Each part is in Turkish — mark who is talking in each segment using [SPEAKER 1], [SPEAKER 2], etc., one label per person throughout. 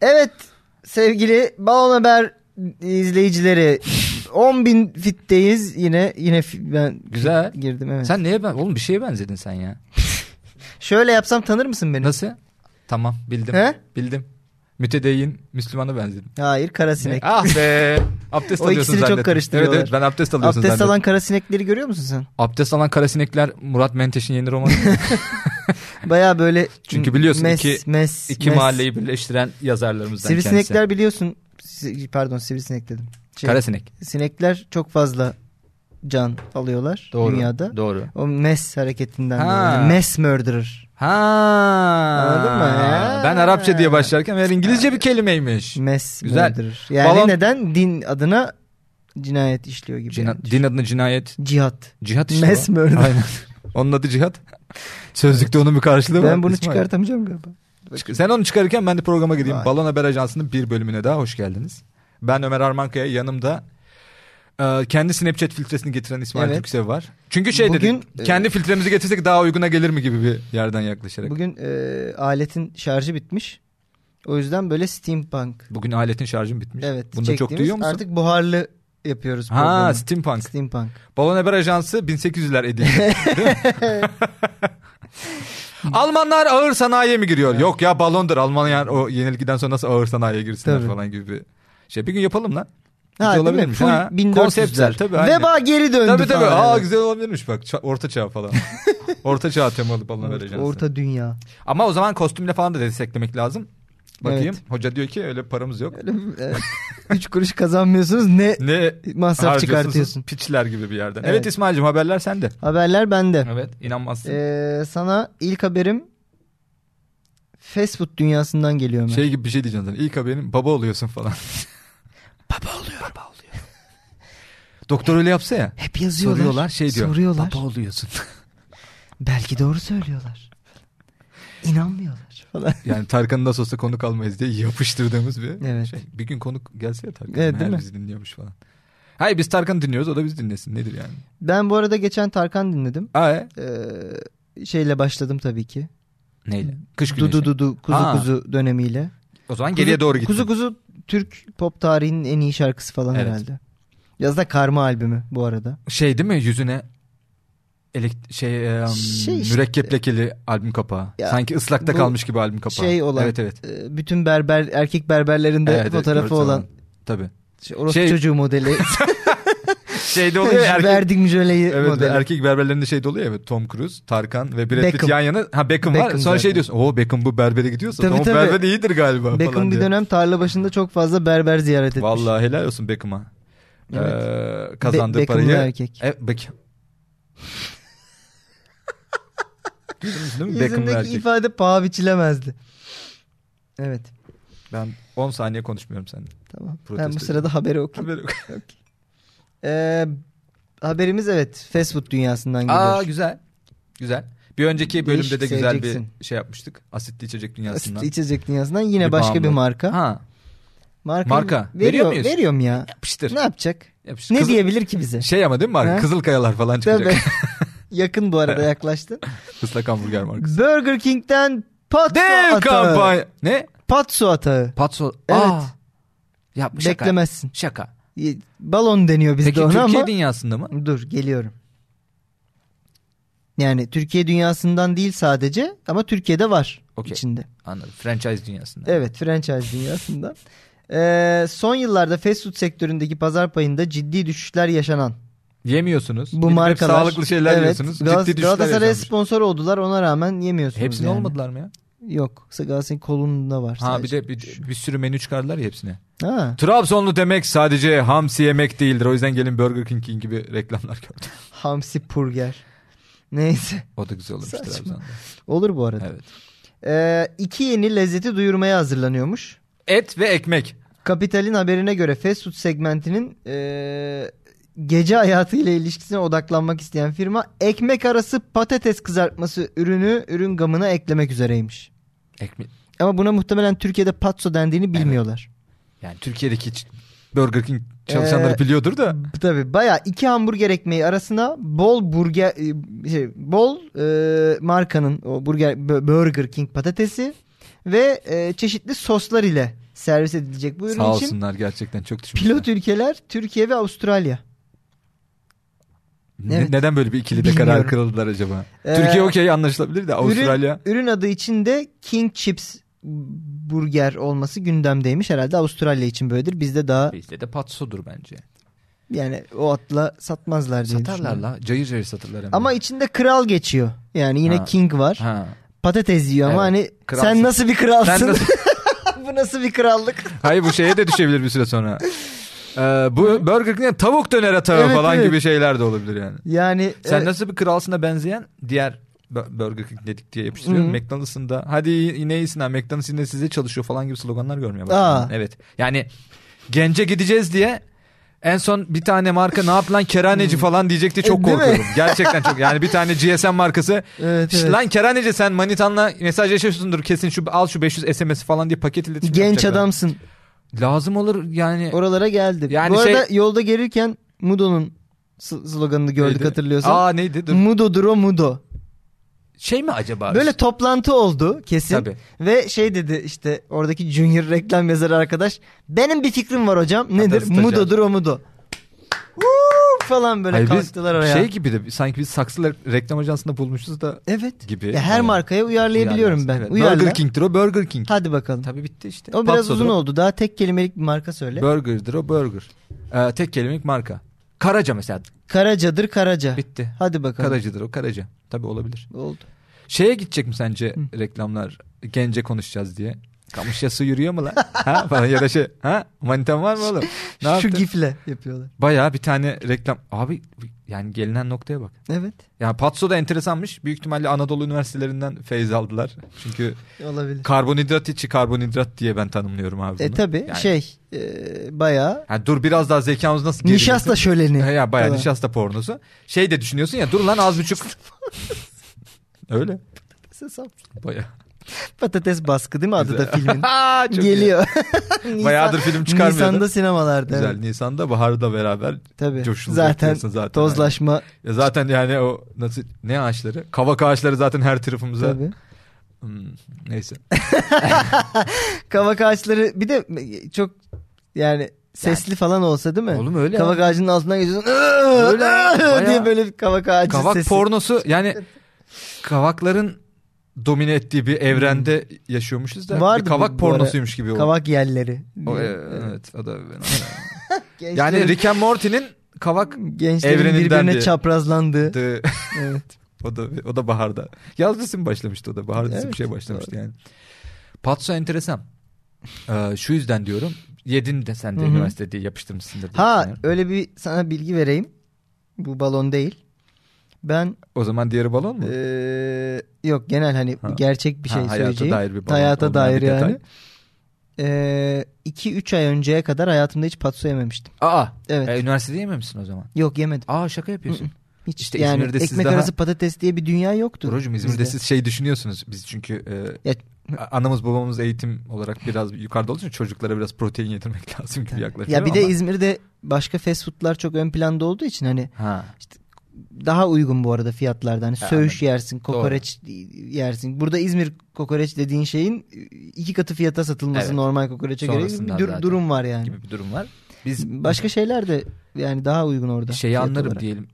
[SPEAKER 1] Evet sevgili Balon Haber izleyicileri 10.000 fitteyiz yine yine fi- ben
[SPEAKER 2] Güzel.
[SPEAKER 1] girdim evet.
[SPEAKER 2] Sen neye ben oğlum bir şeye benzedin sen ya.
[SPEAKER 1] Şöyle yapsam tanır mısın beni?
[SPEAKER 2] Nasıl? Tamam bildim.
[SPEAKER 1] He?
[SPEAKER 2] Bildim. Mütedeyyin Müslümana benzedim.
[SPEAKER 1] Hayır kara sinek.
[SPEAKER 2] Ah be. Abdest
[SPEAKER 1] O
[SPEAKER 2] alıyorsun
[SPEAKER 1] ikisini çok
[SPEAKER 2] zannettim.
[SPEAKER 1] karıştırıyorlar.
[SPEAKER 2] Evet, evet ben abdest alıyorsun
[SPEAKER 1] Abdest
[SPEAKER 2] zannettim.
[SPEAKER 1] alan kara sinekleri görüyor musun sen?
[SPEAKER 2] Abdest alan karasinekler Murat Menteş'in yeni romanı.
[SPEAKER 1] Baya böyle
[SPEAKER 2] Çünkü biliyorsun
[SPEAKER 1] mes,
[SPEAKER 2] iki-
[SPEAKER 1] mes,
[SPEAKER 2] İki
[SPEAKER 1] mes.
[SPEAKER 2] mahalleyi birleştiren yazarlarımızdan
[SPEAKER 1] Sivrisinekler
[SPEAKER 2] kendisi.
[SPEAKER 1] biliyorsun si- pardon sivrisinek dedim. Şey,
[SPEAKER 2] Karasinek.
[SPEAKER 1] sinekler çok fazla can alıyorlar
[SPEAKER 2] Doğru.
[SPEAKER 1] dünyada.
[SPEAKER 2] Doğru.
[SPEAKER 1] O mes hareketinden
[SPEAKER 2] Ha.
[SPEAKER 1] dolayı. Mes murderer.
[SPEAKER 2] Ha.
[SPEAKER 1] Anladın mı? Ha.
[SPEAKER 2] Ben Arapça diye başlarken meğer İngilizce bir kelimeymiş.
[SPEAKER 1] Mes
[SPEAKER 2] Güzel.
[SPEAKER 1] murderer. Yani
[SPEAKER 2] Balon-
[SPEAKER 1] neden din adına cinayet işliyor gibi.
[SPEAKER 2] Cina-
[SPEAKER 1] yani.
[SPEAKER 2] din adına cinayet.
[SPEAKER 1] Cihat.
[SPEAKER 2] Cihat işte
[SPEAKER 1] Mes
[SPEAKER 2] o.
[SPEAKER 1] murder.
[SPEAKER 2] Aynen. Onun adı cihat. Sözlükte onun bir karşılığı var.
[SPEAKER 1] Ben bunu
[SPEAKER 2] İsmail.
[SPEAKER 1] çıkartamayacağım galiba.
[SPEAKER 2] Çık- Sen onu çıkarırken ben de programa gideyim.
[SPEAKER 1] Vay.
[SPEAKER 2] Balon Haber Ajansı'nın bir bölümüne daha hoş geldiniz. Ben Ömer Armankaya yanımda e, kendi Snapchat filtresini getiren İsmail
[SPEAKER 1] Evet.
[SPEAKER 2] Türksev var. Çünkü şey
[SPEAKER 1] Bugün, e,
[SPEAKER 2] dedik kendi filtremizi getirsek daha uyguna gelir mi gibi bir yerden yaklaşarak. Bugün,
[SPEAKER 1] Bugün e, aletin şarjı bitmiş. O yüzden böyle steampunk.
[SPEAKER 2] aletin şarjım bitmiş.
[SPEAKER 1] Evet.
[SPEAKER 2] Bunda çok
[SPEAKER 1] çektiğimiz-
[SPEAKER 2] duyuyor musun?
[SPEAKER 1] Artık buharlı yapıyoruz
[SPEAKER 2] ha
[SPEAKER 1] programı.
[SPEAKER 2] steampunk.
[SPEAKER 1] steampunk.
[SPEAKER 2] Balon Haber Ajansı 1800'ler edildi. Almanlar ağır sanayiye mi giriyor? Yok ya balondur. Almanlar o yenilgiden sonra nasıl ağır sanayiye girsinler
[SPEAKER 1] Tabii.
[SPEAKER 2] falan gibi. bir Şey bir gün yapalım lan.
[SPEAKER 1] Ha,
[SPEAKER 2] Güzel
[SPEAKER 1] değil mi?
[SPEAKER 2] şey olabilirmiş,
[SPEAKER 1] Full
[SPEAKER 2] ha.
[SPEAKER 1] 1400'ler.
[SPEAKER 2] Konseptler, tabii, aynen.
[SPEAKER 1] Veba geri döndü
[SPEAKER 2] Tabii tabii.
[SPEAKER 1] falan.
[SPEAKER 2] Aa
[SPEAKER 1] Evet.
[SPEAKER 2] güzel olabilirmiş bak. Ça- orta çağ falan. orta çağ temalı balon Haber
[SPEAKER 1] Orta,
[SPEAKER 2] Ajansı.
[SPEAKER 1] orta dünya.
[SPEAKER 2] Ama o zaman kostümle falan da desteklemek lazım. Bakayım.
[SPEAKER 1] Evet.
[SPEAKER 2] Hoca diyor ki öyle paramız yok.
[SPEAKER 1] Öyle mi? Evet. Üç kuruş kazanmıyorsunuz ne
[SPEAKER 2] Ne
[SPEAKER 1] masraf
[SPEAKER 2] harcıyorsunuz?
[SPEAKER 1] çıkartıyorsun.
[SPEAKER 2] Piçler gibi bir yerden. Evet,
[SPEAKER 1] Evet.
[SPEAKER 2] İsmail'cim haberler sende.
[SPEAKER 1] Haberler bende.
[SPEAKER 2] Evet inanmazsın.
[SPEAKER 1] Ee, sana ilk haberim fast food dünyasından geliyor. Ömer.
[SPEAKER 2] şey gibi bir şey diyeceğim sana. İlk haberin baba oluyorsun falan.
[SPEAKER 1] baba oluyor. Baba oluyor.
[SPEAKER 2] Doktor öyle yapsa ya.
[SPEAKER 1] Hep yazıyorlar.
[SPEAKER 2] Soruyorlar, şey diyor.
[SPEAKER 1] Soruyorlar.
[SPEAKER 2] Baba oluyorsun.
[SPEAKER 1] Belki doğru söylüyorlar. İnanmıyorlar falan.
[SPEAKER 2] yani Tarkan'ın nasıl olsa konuk almayız diye yapıştırdığımız bir
[SPEAKER 1] Evet.
[SPEAKER 2] şey. Bir gün konuk gelse ya Tarkan.
[SPEAKER 1] Evet,
[SPEAKER 2] meğer
[SPEAKER 1] değil mi?
[SPEAKER 2] bizi dinliyormuş falan. Hayır biz Tarkan'ı dinliyoruz o da bizi dinlesin. Nedir yani?
[SPEAKER 1] Ben bu arada geçen Tarkan dinledim.
[SPEAKER 2] Aa, e?
[SPEAKER 1] Ee, şeyle başladım tabii ki.
[SPEAKER 2] Neyle? Kış güneşi.
[SPEAKER 1] Dudu dudu kuzu
[SPEAKER 2] Aa.
[SPEAKER 1] kuzu dönemiyle.
[SPEAKER 2] O zaman geriye
[SPEAKER 1] Kuzu-
[SPEAKER 2] doğru gittin.
[SPEAKER 1] Kuzu kuzu Türk pop tarihinin en iyi şarkısı falan
[SPEAKER 2] Evet.
[SPEAKER 1] herhalde. Yaz da Karma albümü bu arada.
[SPEAKER 2] Şey değil mi yüzüne elekt şey, em,
[SPEAKER 1] Şey işte-
[SPEAKER 2] mürekkep lekeli albüm kapağı.
[SPEAKER 1] Ya,
[SPEAKER 2] Sanki ıslakta
[SPEAKER 1] bu
[SPEAKER 2] kalmış gibi albüm kapağı.
[SPEAKER 1] Şey olan.
[SPEAKER 2] Evet evet.
[SPEAKER 1] Ee, Bütün berber erkek berberlerin de
[SPEAKER 2] Evet, evet,
[SPEAKER 1] fotoğrafı
[SPEAKER 2] görsel
[SPEAKER 1] olan
[SPEAKER 2] Tabii.
[SPEAKER 1] şey, orospu
[SPEAKER 2] Şey-
[SPEAKER 1] çocuğu modeli.
[SPEAKER 2] Şeyde Şey oluyor ya, erkek
[SPEAKER 1] Verdik Jöle'yi
[SPEAKER 2] Evet
[SPEAKER 1] modeli.
[SPEAKER 2] erkek berberlerinde şey de oluyor ya evet, Tom Cruise, Tarkan ve Brad Pitt
[SPEAKER 1] Beckham.
[SPEAKER 2] yan yana. Ha Beckham, var.
[SPEAKER 1] Beckham
[SPEAKER 2] Sonra şey
[SPEAKER 1] zaten.
[SPEAKER 2] diyorsun. O Beckham bu berbere gidiyorsa
[SPEAKER 1] Tabii,
[SPEAKER 2] Tom
[SPEAKER 1] tabii.
[SPEAKER 2] berber iyidir galiba falan
[SPEAKER 1] Beckham bir
[SPEAKER 2] diye.
[SPEAKER 1] dönem tarla başında çok fazla berber ziyaret etmiş.
[SPEAKER 2] Vallahi helal olsun Beckham'a.
[SPEAKER 1] Evet.
[SPEAKER 2] Ee,
[SPEAKER 1] Be-
[SPEAKER 2] kazandığı
[SPEAKER 1] Beckham'lı
[SPEAKER 2] parayı.
[SPEAKER 1] erkek.
[SPEAKER 2] E, Beckham. Duydunuz değil mi? Beckham'lı
[SPEAKER 1] Yüzündeki
[SPEAKER 2] erkek.
[SPEAKER 1] ifade paha biçilemezdi. Evet.
[SPEAKER 2] Ben 10 saniye konuşmuyorum seninle.
[SPEAKER 1] Tamam. ben bu
[SPEAKER 2] Protesto
[SPEAKER 1] sırada haberi okuyayım.
[SPEAKER 2] Haberi yok.
[SPEAKER 1] Ee, haberimiz evet. Fast food dünyasından geliyor.
[SPEAKER 2] Aa güzel. Güzel. Bir önceki bölümde
[SPEAKER 1] Değişik,
[SPEAKER 2] de güzel
[SPEAKER 1] seveceksin.
[SPEAKER 2] bir şey yapmıştık. Asitli içecek
[SPEAKER 1] Asitli
[SPEAKER 2] dünyasından.
[SPEAKER 1] içecek dünyasından yine başka bir
[SPEAKER 2] bağımlı.
[SPEAKER 1] marka.
[SPEAKER 2] Ha.
[SPEAKER 1] Marka,
[SPEAKER 2] Marka.
[SPEAKER 1] Veriyor,
[SPEAKER 2] Veriyor muyuz?
[SPEAKER 1] Veriyorum ya.
[SPEAKER 2] Yapıştır.
[SPEAKER 1] Ne yapacak?
[SPEAKER 2] Yapıştır.
[SPEAKER 1] Ne
[SPEAKER 2] Kızıl-
[SPEAKER 1] diyebilir ki bize?
[SPEAKER 2] Şey ama değil mi
[SPEAKER 1] Ha?
[SPEAKER 2] Mark? Kızılkayalar falan çıkacak.
[SPEAKER 1] Tabii. Yakın bu arada yaklaştın.
[SPEAKER 2] Islak hamburger markası.
[SPEAKER 1] Burger King'den patso
[SPEAKER 2] Dev
[SPEAKER 1] atağı.
[SPEAKER 2] kampanya. Ne?
[SPEAKER 1] Patso atağı.
[SPEAKER 2] Patso.
[SPEAKER 1] Evet.
[SPEAKER 2] Yapma şaka.
[SPEAKER 1] Beklemezsin.
[SPEAKER 2] Şaka.
[SPEAKER 1] Y- Balon deniyor bizde
[SPEAKER 2] Peki
[SPEAKER 1] ona
[SPEAKER 2] Türkiye
[SPEAKER 1] ama.
[SPEAKER 2] dünyasında mı?
[SPEAKER 1] Dur geliyorum. Yani Türkiye dünyasından değil sadece ama Türkiye'de var
[SPEAKER 2] Okey.
[SPEAKER 1] içinde.
[SPEAKER 2] Anladım. Franchise dünyasında.
[SPEAKER 1] Evet franchise dünyasından. Ee, son yıllarda fast food sektöründeki pazar payında ciddi düşüşler yaşanan
[SPEAKER 2] Yemiyorsunuz.
[SPEAKER 1] bu
[SPEAKER 2] Hep
[SPEAKER 1] markalar.
[SPEAKER 2] sağlıklı şeyler
[SPEAKER 1] evet,
[SPEAKER 2] yiyorsunuz. Ciddi
[SPEAKER 1] Galas-
[SPEAKER 2] düşüşler
[SPEAKER 1] Galatasaray'a
[SPEAKER 2] yaşanmış.
[SPEAKER 1] sponsor oldular ona rağmen yemiyorsunuz.
[SPEAKER 2] Hepsine
[SPEAKER 1] yani.
[SPEAKER 2] olmadılar mı ya?
[SPEAKER 1] Yok. Galatasaray'ın kolunda var.
[SPEAKER 2] Ha bir
[SPEAKER 1] sadece.
[SPEAKER 2] de bir, bir sürü menü çıkardılar ya hepsine.
[SPEAKER 1] Ha.
[SPEAKER 2] Trabzonlu demek sadece hamsi yemek değildir. O yüzden gelin Burger King King gibi reklamlar gördüm.
[SPEAKER 1] Hamsi Purger. Neyse.
[SPEAKER 2] O da güzel olmuş
[SPEAKER 1] Saçma.
[SPEAKER 2] Trabzon'da.
[SPEAKER 1] Olur bu arada.
[SPEAKER 2] Evet.
[SPEAKER 1] Ee, iki yeni lezzeti duyurmaya hazırlanıyormuş.
[SPEAKER 2] Et ve ekmek.
[SPEAKER 1] Kapital'in haberine göre fast food segmentinin eee, gece hayatıyla ilişkisine odaklanmak isteyen firma ekmek arası patates kızartması ürünü ürün gamına eklemek üzereymiş.
[SPEAKER 2] Ekmek.
[SPEAKER 1] Ama buna muhtemelen Türkiye'de patso dendiğini bilmiyorlar.
[SPEAKER 2] Yani Türkiye'deki ç- Burger King çalışanları
[SPEAKER 1] Ee,
[SPEAKER 2] biliyordur da.
[SPEAKER 1] Tabii bayağı iki hamburger ekmeği arasına bol burger e, şey, bol e, markanın o burger bö- Burger King patatesi ve e, çeşitli soslar ile servis edilecek bu ürün
[SPEAKER 2] Sağ
[SPEAKER 1] için.
[SPEAKER 2] olsunlar gerçekten çok düşünmüşler.
[SPEAKER 1] Pilot ülkeler Türkiye ve Avustralya.
[SPEAKER 2] Ne-
[SPEAKER 1] Evet.
[SPEAKER 2] Neden böyle bir ikili de
[SPEAKER 1] Bilmiyorum.
[SPEAKER 2] karar kırıldılar acaba?
[SPEAKER 1] Ee,
[SPEAKER 2] Türkiye okey anlaşılabilir de Avustralya
[SPEAKER 1] Ürün, ürün adı içinde King Chips burger olması gündemdeymiş. Herhalde Avustralya için böyledir. Bizde daha
[SPEAKER 2] bizde de patsodur bence.
[SPEAKER 1] yani o atla satmazlar diye
[SPEAKER 2] Satarlar
[SPEAKER 1] düşünüyorum.
[SPEAKER 2] la. Cayır cayır satırlar hem de.
[SPEAKER 1] şey. Ama içinde kral geçiyor. Yani yine
[SPEAKER 2] Ha.
[SPEAKER 1] King var.
[SPEAKER 2] ha.
[SPEAKER 1] Patates yiyor ama hani
[SPEAKER 2] Kralsın.
[SPEAKER 1] sen nasıl bir kralsın?
[SPEAKER 2] Sen nasıl-
[SPEAKER 1] bu nasıl bir krallık?
[SPEAKER 2] Hayır bu şeye de düşebilir bir süre sonra. Ee, bu Burger King'e tavuk döner atağı
[SPEAKER 1] Evet,
[SPEAKER 2] falan
[SPEAKER 1] evet.
[SPEAKER 2] gibi şeyler de olabilir yani.
[SPEAKER 1] Yani
[SPEAKER 2] Sen
[SPEAKER 1] e,
[SPEAKER 2] nasıl bir kralsına benzeyen diğer Bur- Burger King dedik diye yapıştırıyorum.
[SPEAKER 1] Hı hı.
[SPEAKER 2] McDonald's'ın da hadi yine iyisin ha McDonald's yine size çalışıyor falan gibi sloganlar görmeye
[SPEAKER 1] Aa.
[SPEAKER 2] başladım. Evet. Yani gence gideceğiz diye en son bir tane marka ne yap lan keraneci falan diyecek diye çok
[SPEAKER 1] E, değil mi?
[SPEAKER 2] korkuyorum. Gerçekten çok. Yani bir tane GSM markası
[SPEAKER 1] evet,
[SPEAKER 2] "Şş,
[SPEAKER 1] evet.
[SPEAKER 2] lan keraneci sen manitanla mesajlaşıyorsundur kesin şu al şu 500 SMS falan diye paket iletişim
[SPEAKER 1] genç
[SPEAKER 2] yapacaklar.
[SPEAKER 1] adamsın.
[SPEAKER 2] Lazım olur yani.
[SPEAKER 1] Oralara geldi.
[SPEAKER 2] Yani
[SPEAKER 1] bu
[SPEAKER 2] şey-
[SPEAKER 1] arada yolda gelirken Mudo'nun s- sloganını gördük
[SPEAKER 2] Neydi?
[SPEAKER 1] hatırlıyorsan.
[SPEAKER 2] Aa neydi dur.
[SPEAKER 1] Mudo'dur o Mudo.
[SPEAKER 2] Şey mi acaba?
[SPEAKER 1] Böyle toplantı oldu kesin.
[SPEAKER 2] Tabii.
[SPEAKER 1] Ve şey dedi işte oradaki Junior reklam yazarı arkadaş. Benim bir fikrim var hocam. Nedir?
[SPEAKER 2] stajyer.
[SPEAKER 1] Mudo'dur o Mudo. Uuu falan böyle
[SPEAKER 2] Hayır, biz
[SPEAKER 1] kalktılar oraya.
[SPEAKER 2] Şey gibi de sanki biz saksı re- reklam ajansında bulmuşuz da
[SPEAKER 1] Evet.
[SPEAKER 2] gibi.
[SPEAKER 1] Ya her
[SPEAKER 2] Yani
[SPEAKER 1] markaya uyarlayabiliyorum ben.
[SPEAKER 2] uyarlarsın. Evet.
[SPEAKER 1] Uyarla.
[SPEAKER 2] Burger King'dir o Burger King.
[SPEAKER 1] Hadi bakalım.
[SPEAKER 2] Tabii bitti işte.
[SPEAKER 1] O biraz
[SPEAKER 2] Patsodur
[SPEAKER 1] uzun
[SPEAKER 2] o.
[SPEAKER 1] oldu. Daha tek kelimelik bir marka söyle.
[SPEAKER 2] Burger'dir o Burger. Ee, tek kelimelik marka. Karaca mesela.
[SPEAKER 1] Karaca'dır Karaca.
[SPEAKER 2] Bitti.
[SPEAKER 1] Hadi bakalım.
[SPEAKER 2] Karacıdır o Karaca. Tabii olabilir.
[SPEAKER 1] Oldu.
[SPEAKER 2] Şeye gidecek mi sence reklamlar gence konuşacağız diye? Kamışya su yürüyor mu lan? ha falan ya da şey. Ha? Manitan var mı oğlum? Ne
[SPEAKER 1] Şu
[SPEAKER 2] yaptın?
[SPEAKER 1] gifle yapıyorlar.
[SPEAKER 2] Bayağı bir tane reklam. Abi yani gelinen noktaya bak.
[SPEAKER 1] Evet.
[SPEAKER 2] Yani Patso da enteresanmış. Büyük ihtimalle Anadolu üniversitelerinden feyz aldılar. Çünkü
[SPEAKER 1] Olabilir.
[SPEAKER 2] karbonhidrat içi karbonhidrat diye ben tanımlıyorum abi bunu.
[SPEAKER 1] E tabi
[SPEAKER 2] Yani-
[SPEAKER 1] şey e, bayağı
[SPEAKER 2] Yani dur biraz daha zekamız nasıl gerilesin?
[SPEAKER 1] nişasta şöleni.
[SPEAKER 2] He ya bayağı
[SPEAKER 1] falan.
[SPEAKER 2] nişasta pornosu. Şey de düşünüyorsun ya dur lan az buçuk. Öyle. Bayağı.
[SPEAKER 1] Patates baskı değil mi adı da filmin?
[SPEAKER 2] Aa, çok
[SPEAKER 1] Geliyor.
[SPEAKER 2] iyi.
[SPEAKER 1] Nisan-
[SPEAKER 2] Bayağıdır film çıkarmıyordu.
[SPEAKER 1] Nisan'da sinemalarda.
[SPEAKER 2] Güzel
[SPEAKER 1] evet.
[SPEAKER 2] Nisan'da baharda beraber
[SPEAKER 1] Tabii.
[SPEAKER 2] coşulacak
[SPEAKER 1] Zaten,
[SPEAKER 2] diyorsun zaten.
[SPEAKER 1] tozlaşma
[SPEAKER 2] Ya zaten yani o nasıl ne ağaçları? Kavak ağaçları zaten her tarafımıza.
[SPEAKER 1] tabii.
[SPEAKER 2] Hmm, neyse.
[SPEAKER 1] Kavak ağaçları bir de çok yani sesli falan olsa değil mi?
[SPEAKER 2] Oğlum öyle
[SPEAKER 1] Kavak ağacının altından geçiyorsun.
[SPEAKER 2] Öyle ya, bayağı-
[SPEAKER 1] diye böyle bir kavak ağacı
[SPEAKER 2] Kavak
[SPEAKER 1] sesi.
[SPEAKER 2] pornosu yani kavakların domine ettiği bir evrende yaşıyormuşuz da bir
[SPEAKER 1] Vardı bu-
[SPEAKER 2] kavak
[SPEAKER 1] bu
[SPEAKER 2] pornosuymuş gibi oldu.
[SPEAKER 1] Kavak yelleri.
[SPEAKER 2] O, e,
[SPEAKER 1] diye.
[SPEAKER 2] evet o da
[SPEAKER 1] Gençlerin-
[SPEAKER 2] yani Rick and Morty'nin kavak
[SPEAKER 1] gençlerin
[SPEAKER 2] evreninden
[SPEAKER 1] birbirine
[SPEAKER 2] diye.
[SPEAKER 1] çaprazlandığı.
[SPEAKER 2] The-
[SPEAKER 1] evet.
[SPEAKER 2] o da o da baharda. Yaz dizisi başlamıştı o da bahar dizisi
[SPEAKER 1] Evet,
[SPEAKER 2] bir şey başlamıştı yani. Patso enteresan. Ee, şu yüzden diyorum. Yedin de sen de
[SPEAKER 1] Hı hı.
[SPEAKER 2] üniversitede yapıştırmışsındır. diye
[SPEAKER 1] Ha
[SPEAKER 2] düşünüyorum.
[SPEAKER 1] öyle bir sana bilgi vereyim. Bu balon değil. Ben
[SPEAKER 2] O zaman diğeri balon
[SPEAKER 1] Ee,
[SPEAKER 2] mu?
[SPEAKER 1] eee, yok genel hani
[SPEAKER 2] Ha.
[SPEAKER 1] gerçek bir
[SPEAKER 2] Ha,
[SPEAKER 1] şey
[SPEAKER 2] hayata
[SPEAKER 1] söyleyeceğim.
[SPEAKER 2] dair bir balon,
[SPEAKER 1] Hayata
[SPEAKER 2] olmayan
[SPEAKER 1] dair
[SPEAKER 2] bir detay.
[SPEAKER 1] yani. 2-3 ay önceye kadar hayatımda hiç patso yememiştim.
[SPEAKER 2] Aa.
[SPEAKER 1] Evet.
[SPEAKER 2] E, üniversitede yememişsin o zaman.
[SPEAKER 1] Yok yemedim.
[SPEAKER 2] Aa şaka yapıyorsun.
[SPEAKER 1] Hiç
[SPEAKER 2] İşte
[SPEAKER 1] yani
[SPEAKER 2] İzmir'de siz
[SPEAKER 1] ekmek
[SPEAKER 2] daha-
[SPEAKER 1] arası patates diye bir dünya yoktu.
[SPEAKER 2] Buracığım İzmir'de
[SPEAKER 1] bizde.
[SPEAKER 2] siz şey düşünüyorsunuz. Biz çünkü e,
[SPEAKER 1] Ya-
[SPEAKER 2] a- anamız babamız eğitim olarak biraz yukarıda olduğu için çocuklara biraz protein yedirmek lazım gibi yaklaşıyor.
[SPEAKER 1] Ya bir de
[SPEAKER 2] ama-
[SPEAKER 1] İzmir'de başka fast foodlar çok ön planda olduğu için hani
[SPEAKER 2] Ha.
[SPEAKER 1] daha uygun bu arada fiyatlardan. Hani
[SPEAKER 2] Ha,
[SPEAKER 1] söğüş
[SPEAKER 2] anladım.
[SPEAKER 1] yersin, kokoreç yersin. Burada İzmir kokoreç dediğin şeyin iki katı fiyata satılması
[SPEAKER 2] Evet.
[SPEAKER 1] normal kokoreçe göre bir
[SPEAKER 2] Sonrasından
[SPEAKER 1] dur-
[SPEAKER 2] zaten.
[SPEAKER 1] durum var yani.
[SPEAKER 2] gibi bir durum var. Biz
[SPEAKER 1] Başka şeyler de yani daha uygun orada.
[SPEAKER 2] şeyi
[SPEAKER 1] fiyat
[SPEAKER 2] anlarım
[SPEAKER 1] olarak.
[SPEAKER 2] diyelim.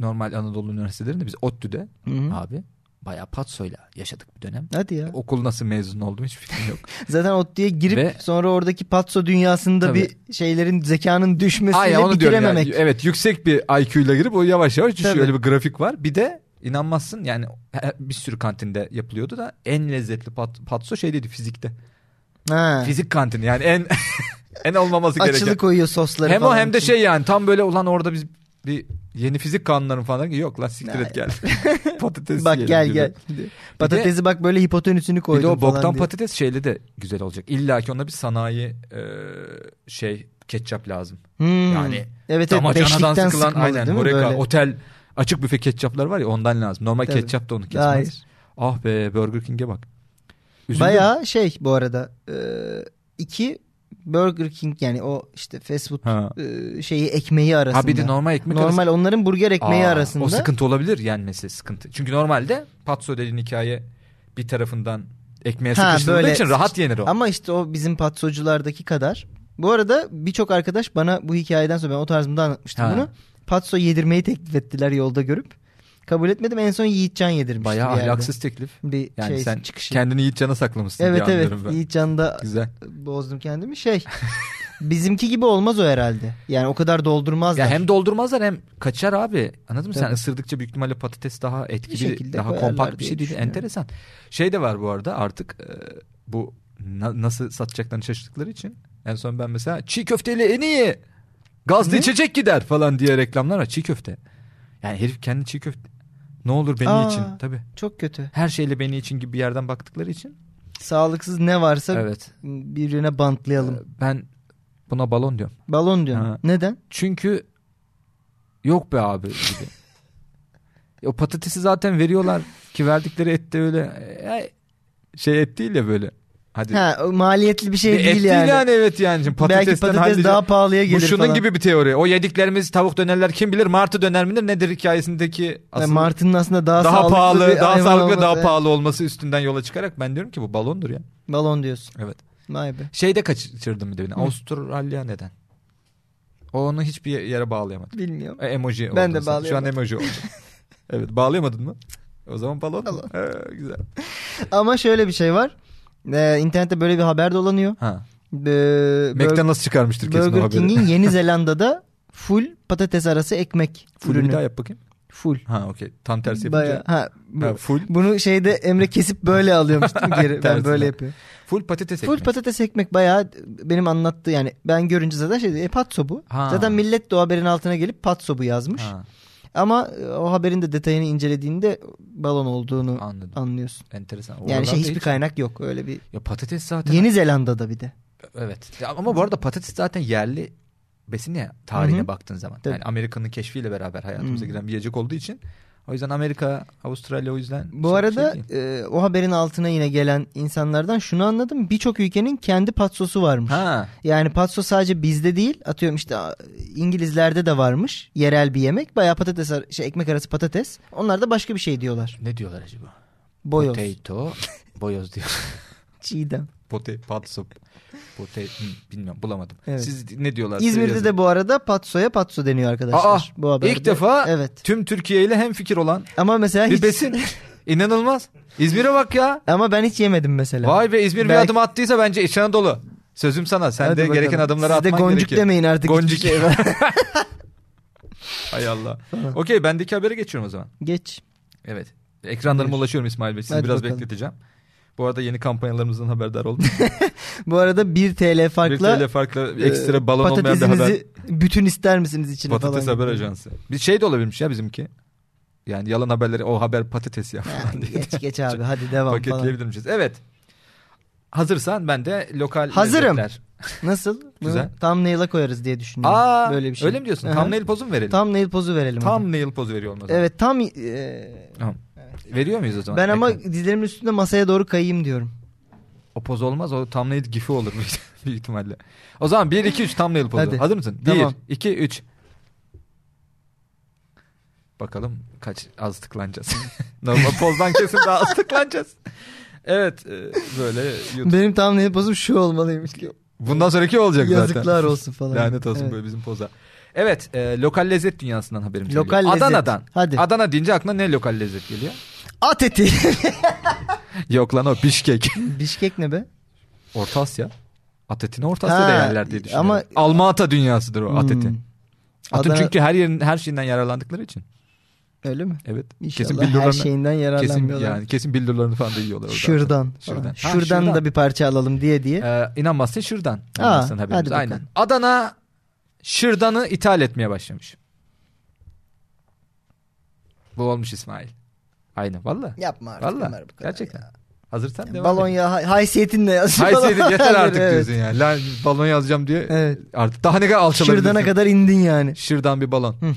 [SPEAKER 2] Normal Anadolu üniversitelerinde biz ODTÜ'de
[SPEAKER 1] Hı hı.
[SPEAKER 2] abi bayağı patsoyla yaşadık bir dönem.
[SPEAKER 1] Hadi ya.
[SPEAKER 2] Okul nasıl mezun oldum hiç fikrim yok.
[SPEAKER 1] Zaten ODTÜ'ye girip
[SPEAKER 2] Ve-
[SPEAKER 1] sonra oradaki patso dünyasında
[SPEAKER 2] Tabii.
[SPEAKER 1] bir şeylerin zekanın düşmesiyle
[SPEAKER 2] Aynen onu diyorum
[SPEAKER 1] bitirememek.
[SPEAKER 2] yani. Evet yüksek bir IQ ile girip o yavaş yavaş düşüyor.
[SPEAKER 1] Tabii.
[SPEAKER 2] Öyle bir grafik var. Bir de inanmazsın yani he- bir sürü kantinde yapılıyordu da en lezzetli pat, patso şey dedi fizikte.
[SPEAKER 1] Ha.
[SPEAKER 2] Fizik kantini yani en en olmaması
[SPEAKER 1] Açılı
[SPEAKER 2] gereken.
[SPEAKER 1] koyuyor sosları
[SPEAKER 2] Hem
[SPEAKER 1] falan.
[SPEAKER 2] o hem de
[SPEAKER 1] için.
[SPEAKER 2] şey yani tam böyle ulan orada biz bir yeni fizik kanunları falan yok lan siktir
[SPEAKER 1] Hayır.
[SPEAKER 2] et gel. patates
[SPEAKER 1] Bak
[SPEAKER 2] yiyelim
[SPEAKER 1] gel
[SPEAKER 2] gibi.
[SPEAKER 1] gel. Patatesi bak böyle hipotenüsünü koydum
[SPEAKER 2] Bir de o
[SPEAKER 1] falan
[SPEAKER 2] boktan
[SPEAKER 1] diye.
[SPEAKER 2] patates şeyle de güzel olacak. İlla ki ona bir sanayi e, şey ketçap lazım.
[SPEAKER 1] Hmm.
[SPEAKER 2] Yani
[SPEAKER 1] evet, evet,
[SPEAKER 2] Damacanadan
[SPEAKER 1] beşlikten
[SPEAKER 2] sıkılan
[SPEAKER 1] sıkmalı
[SPEAKER 2] aynen
[SPEAKER 1] değil mi?
[SPEAKER 2] Horeca,
[SPEAKER 1] Böyle.
[SPEAKER 2] otel açık büfe ketçaplar var ya ondan lazım. Normal
[SPEAKER 1] Tabii.
[SPEAKER 2] ketçap da onu kesmez.
[SPEAKER 1] Hayır.
[SPEAKER 2] Ah be Burger King'e bak. Üzüldüm.
[SPEAKER 1] Bayağı şey bu arada. Ee, iki Burger King yani o işte fast food
[SPEAKER 2] Ha.
[SPEAKER 1] e, şeyi ekmeği arasında.
[SPEAKER 2] Ha bir de normal ekmek
[SPEAKER 1] normal
[SPEAKER 2] arası-
[SPEAKER 1] onların burger ekmeği
[SPEAKER 2] Aa,
[SPEAKER 1] arasında.
[SPEAKER 2] O sıkıntı olabilir yenmesi sıkıntı. Çünkü normalde patso dediğin hikaye bir tarafından ekmeğe
[SPEAKER 1] Ha,
[SPEAKER 2] sıkıştırıldığı
[SPEAKER 1] böyle-
[SPEAKER 2] için rahat yenir o.
[SPEAKER 1] Ama işte o bizim patsoculardaki kadar. Bu arada birçok arkadaş bana bu hikayeden sonra ben o tarzımda anlatmıştım
[SPEAKER 2] Ha.
[SPEAKER 1] bunu. Patso yedirmeyi teklif ettiler yolda görüp. Kabul etmedim en son Yiğitcan yedirmişti.
[SPEAKER 2] Bayağı
[SPEAKER 1] bir yerde.
[SPEAKER 2] ahlaksız teklif.
[SPEAKER 1] bir
[SPEAKER 2] Yani
[SPEAKER 1] şey
[SPEAKER 2] sen
[SPEAKER 1] çıkışı.
[SPEAKER 2] kendini Yiğit Can'a saklamışsın
[SPEAKER 1] evet
[SPEAKER 2] diye
[SPEAKER 1] evet
[SPEAKER 2] anlıyorum ben.
[SPEAKER 1] Yiğitcan da
[SPEAKER 2] Güzel.
[SPEAKER 1] bozdum kendimi şey. bizimki gibi olmaz o herhalde. Yani o kadar doldurmazlar.
[SPEAKER 2] Ya hem doldurmazlar hem kaçar abi. Anladın mı? Sen
[SPEAKER 1] Tabii.
[SPEAKER 2] ısırdıkça büyük ihtimalle patates daha etkili,
[SPEAKER 1] şekilde
[SPEAKER 2] daha
[SPEAKER 1] koyarlar
[SPEAKER 2] kompakt bir
[SPEAKER 1] diye
[SPEAKER 2] şey değil.
[SPEAKER 1] düşünüyorum.
[SPEAKER 2] Enteresan. Şey de var bu arada artık e, bu na- nasıl satacaklarını şaşırdıkları için. En son ben mesela çiğ köfteyle en iyi gazlı
[SPEAKER 1] Ne?
[SPEAKER 2] içecek gider falan diye reklamlar var. Çiğ köfte. Yani herif kendi çiğ köfte. Ne olur beni
[SPEAKER 1] Aa.
[SPEAKER 2] için. Tabii.
[SPEAKER 1] Çok kötü.
[SPEAKER 2] Her şeyle beni için gibi bir yerden baktıkları için.
[SPEAKER 1] Sağlıksız ne varsa
[SPEAKER 2] Evet.
[SPEAKER 1] birbirine bantlayalım.
[SPEAKER 2] Ben buna balon diyorum.
[SPEAKER 1] Balon diyorum.
[SPEAKER 2] Ha.
[SPEAKER 1] Neden?
[SPEAKER 2] Çünkü yok be abi gibi. o patatesi zaten veriyorlar ki verdikleri et de öyle e, şey et değil ya böyle. Hadi.
[SPEAKER 1] Ha, o maliyetli bir şey
[SPEAKER 2] Bir et
[SPEAKER 1] değil yani.
[SPEAKER 2] evet yani.
[SPEAKER 1] Belki
[SPEAKER 2] Şimdi Patatesten
[SPEAKER 1] patates
[SPEAKER 2] hallice-
[SPEAKER 1] daha pahalıya
[SPEAKER 2] Bu
[SPEAKER 1] gelir
[SPEAKER 2] şunun
[SPEAKER 1] falan. E,
[SPEAKER 2] gibi bir teori. O yediklerimiz tavuk dönerler kim bilir martı döner midir nedir hikayesindeki
[SPEAKER 1] Yani
[SPEAKER 2] asıl
[SPEAKER 1] Martı'nın aslında E, daha,
[SPEAKER 2] daha
[SPEAKER 1] sağlıklı
[SPEAKER 2] pahalı
[SPEAKER 1] bir
[SPEAKER 2] daha
[SPEAKER 1] hayvan
[SPEAKER 2] sağlıklı
[SPEAKER 1] olması.
[SPEAKER 2] daha pahalı olması üstünden yola çıkarak ben diyorum ki bu balondur ya.
[SPEAKER 1] Balon diyorsun.
[SPEAKER 2] Evet.
[SPEAKER 1] Vay be.
[SPEAKER 2] Şeyde kaçırdım bir de beni.
[SPEAKER 1] Hı.
[SPEAKER 2] Avustralya neden? Onu hiçbir yere bağlayamadım.
[SPEAKER 1] Bilmiyorum.
[SPEAKER 2] E, Emoji
[SPEAKER 1] Ben
[SPEAKER 2] oldun
[SPEAKER 1] de
[SPEAKER 2] sen. Şu an
[SPEAKER 1] bağlayamadım.
[SPEAKER 2] emoji oldu. evet bağlayamadın mı? O zaman balon. mu?
[SPEAKER 1] Balon.
[SPEAKER 2] Ee, güzel.
[SPEAKER 1] Ama şöyle bir şey var. Ee, internette böyle bir haber dolanıyor.
[SPEAKER 2] Ha.
[SPEAKER 1] Ee, Burger,
[SPEAKER 2] McDonald's çıkarmıştır kesin o
[SPEAKER 1] Burger
[SPEAKER 2] haberi.
[SPEAKER 1] King'in Yeni Zelanda'da full patates arası ekmek
[SPEAKER 2] Full bir
[SPEAKER 1] ürünü.
[SPEAKER 2] daha yap bakayım.
[SPEAKER 1] Full.
[SPEAKER 2] Ha okey. Tam tersi yapınca.
[SPEAKER 1] Bayağı. Ha, bu-
[SPEAKER 2] Ha, full.
[SPEAKER 1] Bunu şeyde Emre kesip böyle alıyormuş değil mi geri? ben
[SPEAKER 2] Tersine.
[SPEAKER 1] böyle yapıyorum.
[SPEAKER 2] Full patates
[SPEAKER 1] Full
[SPEAKER 2] ekmek.
[SPEAKER 1] patates ekmek bayağı benim anlattığı yani ben görünce zaten şey dedi, e, patso bu.
[SPEAKER 2] Ha.
[SPEAKER 1] Zaten millet de o haberin altına gelip patso bu yazmış.
[SPEAKER 2] Ha,
[SPEAKER 1] Ama e, o haberin de detayını incelediğinde balon olduğunu
[SPEAKER 2] anladım.
[SPEAKER 1] anlıyorsun.
[SPEAKER 2] Enteresan.
[SPEAKER 1] Yani
[SPEAKER 2] Oralarda
[SPEAKER 1] şey hiçbir
[SPEAKER 2] hiç-
[SPEAKER 1] kaynak yok öyle bir.
[SPEAKER 2] Ya patates zaten.
[SPEAKER 1] Yeni Zelanda'da bir de.
[SPEAKER 2] Evet. Ya ama bu arada patates zaten yerli besin ya tarihine
[SPEAKER 1] Hı hı.
[SPEAKER 2] baktığın zaman.
[SPEAKER 1] Tabii.
[SPEAKER 2] Yani Amerika'nın keşfiyle beraber hayatımıza
[SPEAKER 1] Hı.
[SPEAKER 2] giren bir yiyecek olduğu için. O yüzden Amerika, Avustralya o yüzden.
[SPEAKER 1] Bu
[SPEAKER 2] şey-
[SPEAKER 1] arada
[SPEAKER 2] şey değil.
[SPEAKER 1] e, o haberin altına yine gelen insanlardan şunu anladım. Birçok ülkenin kendi patsosu varmış.
[SPEAKER 2] ha.
[SPEAKER 1] Yani patso sadece bizde değil. Atıyorum işte a, İngilizlerde de varmış. Yerel bir yemek. Bayağı patates ar- şey ekmek arası patates. Onlar da başka bir şey diyorlar.
[SPEAKER 2] Ne diyorlar acaba?
[SPEAKER 1] Boyoz.
[SPEAKER 2] Potato. Boyoz diyor.
[SPEAKER 1] Çiğdem.
[SPEAKER 2] Pote, patso, pote, hı, bilmiyorum bulamadım.
[SPEAKER 1] Evet.
[SPEAKER 2] Siz ne diyorlar?
[SPEAKER 1] İzmir'de de bu arada patsoya patso deniyor arkadaşlar.
[SPEAKER 2] Aa,
[SPEAKER 1] bu haberde.
[SPEAKER 2] ilk defa-
[SPEAKER 1] Evet.
[SPEAKER 2] tüm Türkiye ile hem fikir olan
[SPEAKER 1] Ama mesela
[SPEAKER 2] bir
[SPEAKER 1] hiç-
[SPEAKER 2] besin. İnanılmaz. İzmir'e bak ya.
[SPEAKER 1] Ama ben hiç yemedim mesela.
[SPEAKER 2] Vay be İzmir bir
[SPEAKER 1] Belki-
[SPEAKER 2] adım attıysa bence İç Anadolu. Sözüm sana. Sen
[SPEAKER 1] Hadi
[SPEAKER 2] de
[SPEAKER 1] bakalım.
[SPEAKER 2] gereken adımları
[SPEAKER 1] Siz de
[SPEAKER 2] atman
[SPEAKER 1] goncuk
[SPEAKER 2] gerekiyor.
[SPEAKER 1] demeyin artık.
[SPEAKER 2] Goncuk.
[SPEAKER 1] hiçbir şey. şeye.
[SPEAKER 2] Hay Allah. Okey bendeki habere geçiyorum o zaman.
[SPEAKER 1] Geç.
[SPEAKER 2] Evet. Ekranlarıma
[SPEAKER 1] Buyur.
[SPEAKER 2] ulaşıyorum İsmail Bey. Sizi
[SPEAKER 1] Hadi
[SPEAKER 2] biraz
[SPEAKER 1] bakalım.
[SPEAKER 2] bekleteceğim. Bu arada yeni kampanyalarımızdan haberdar oldum.
[SPEAKER 1] Bu arada 1 TL
[SPEAKER 2] bir
[SPEAKER 1] farkla
[SPEAKER 2] TL farklı
[SPEAKER 1] e,
[SPEAKER 2] ekstra balon olmayan bir haber.
[SPEAKER 1] patatesinizi bütün ister misiniz içine
[SPEAKER 2] Patates
[SPEAKER 1] falan.
[SPEAKER 2] haber ajansı. Bir şey de olabilirmiş ya bizimki. Yani yalan haberleri o haber patates ya falan
[SPEAKER 1] Yani
[SPEAKER 2] diye
[SPEAKER 1] geç geç abi hadi devam falan.
[SPEAKER 2] paketleyebilir miyiz? Evet. Hazırsan ben de lokal
[SPEAKER 1] Hazırım.
[SPEAKER 2] lezzetler.
[SPEAKER 1] Nasıl? Bunu
[SPEAKER 2] Güzel.
[SPEAKER 1] thumbnail'a koyarız diye düşünüyorum.
[SPEAKER 2] Aa,
[SPEAKER 1] Böyle bir şey.
[SPEAKER 2] Öyle mi diyorsun?
[SPEAKER 1] Hı hı.
[SPEAKER 2] Thumbnail pozu mu verelim? Tam,
[SPEAKER 1] Thumbnail pozu verelim. hadi.
[SPEAKER 2] Thumbnail pozu veriyor olmaz.
[SPEAKER 1] Evet tam e,
[SPEAKER 2] Veriyor muyuz o zaman?
[SPEAKER 1] ben ama
[SPEAKER 2] Ekran.
[SPEAKER 1] dizlerimin üstünde masaya doğru kayayım diyorum.
[SPEAKER 2] o poz olmaz. O thumbnail gifi olur büyük- büyük ihtimalle. O zaman 1 2 3 thumbnail pozu.
[SPEAKER 1] Hadi.
[SPEAKER 2] Hazır mısın? 1
[SPEAKER 1] Tamam.
[SPEAKER 2] 2 3 Bakalım kaç az tıklanacağız. Normal pozdan kesin daha az tıklanacağız. Evet, e, böyle YouTube.
[SPEAKER 1] Benim thumbnail pozum şu olmalıymış ki.
[SPEAKER 2] Bundan sonraki olacak zaten.
[SPEAKER 1] Yazıklar olsun falan.
[SPEAKER 2] Lanet olsun
[SPEAKER 1] Evet.
[SPEAKER 2] böyle bizim poza. Evet, e, lokal lezzet dünyasından haberimiz
[SPEAKER 1] Lokal
[SPEAKER 2] geliyor.
[SPEAKER 1] lezzet.
[SPEAKER 2] Adana'dan.
[SPEAKER 1] Hadi.
[SPEAKER 2] Adana deyince aklına ne lokal lezzet geliyor?
[SPEAKER 1] At eti.
[SPEAKER 2] Yok lan o Bişkek.
[SPEAKER 1] Bişkek ne be?
[SPEAKER 2] Orta Asya. At etini Orta
[SPEAKER 1] Ha,
[SPEAKER 2] Asya'da yerler diye düşünüyorum.
[SPEAKER 1] ama-
[SPEAKER 2] Alma ata dünyasıdır o at eti.
[SPEAKER 1] Hmm.
[SPEAKER 2] Atın
[SPEAKER 1] Adana-
[SPEAKER 2] çünkü her yerin her şeyinden yararlandıkları için.
[SPEAKER 1] Öyle mi?
[SPEAKER 2] Evet.
[SPEAKER 1] İnşallah
[SPEAKER 2] kesin
[SPEAKER 1] her
[SPEAKER 2] billurlarını
[SPEAKER 1] şeyinden
[SPEAKER 2] kesin
[SPEAKER 1] yararlanmıyorlar.
[SPEAKER 2] yani kesin billurlarını falan da yiyorlar orada.
[SPEAKER 1] Şuradan.
[SPEAKER 2] Şuradan.
[SPEAKER 1] Şuradan.
[SPEAKER 2] Ha,
[SPEAKER 1] şuradan.
[SPEAKER 2] şuradan.
[SPEAKER 1] da bir parça alalım diye diye.
[SPEAKER 2] Ee, inanmazsın şırdan.
[SPEAKER 1] Aa,
[SPEAKER 2] İnanmazsın haberimiz.
[SPEAKER 1] hadi bakalım.
[SPEAKER 2] Aynen. Adana şırdanı ithal etmeye başlamış. Bu olmuş İsmail. Aynen valla.
[SPEAKER 1] Yapma artık.
[SPEAKER 2] Valla.
[SPEAKER 1] Ömer bu kadar
[SPEAKER 2] Gerçekten.
[SPEAKER 1] ya.
[SPEAKER 2] Hazırsan devam
[SPEAKER 1] Balon
[SPEAKER 2] et.
[SPEAKER 1] ya hay- haysiyetinle yaz.
[SPEAKER 2] Hayır yeter artık
[SPEAKER 1] Evet.
[SPEAKER 2] diyorsun yani. Lan, balon yazacağım diye
[SPEAKER 1] Evet.
[SPEAKER 2] artık daha ne kadar alçalabilirsin.
[SPEAKER 1] Şırdana kadar indin yani.
[SPEAKER 2] Şırdan bir balon.
[SPEAKER 1] Hı.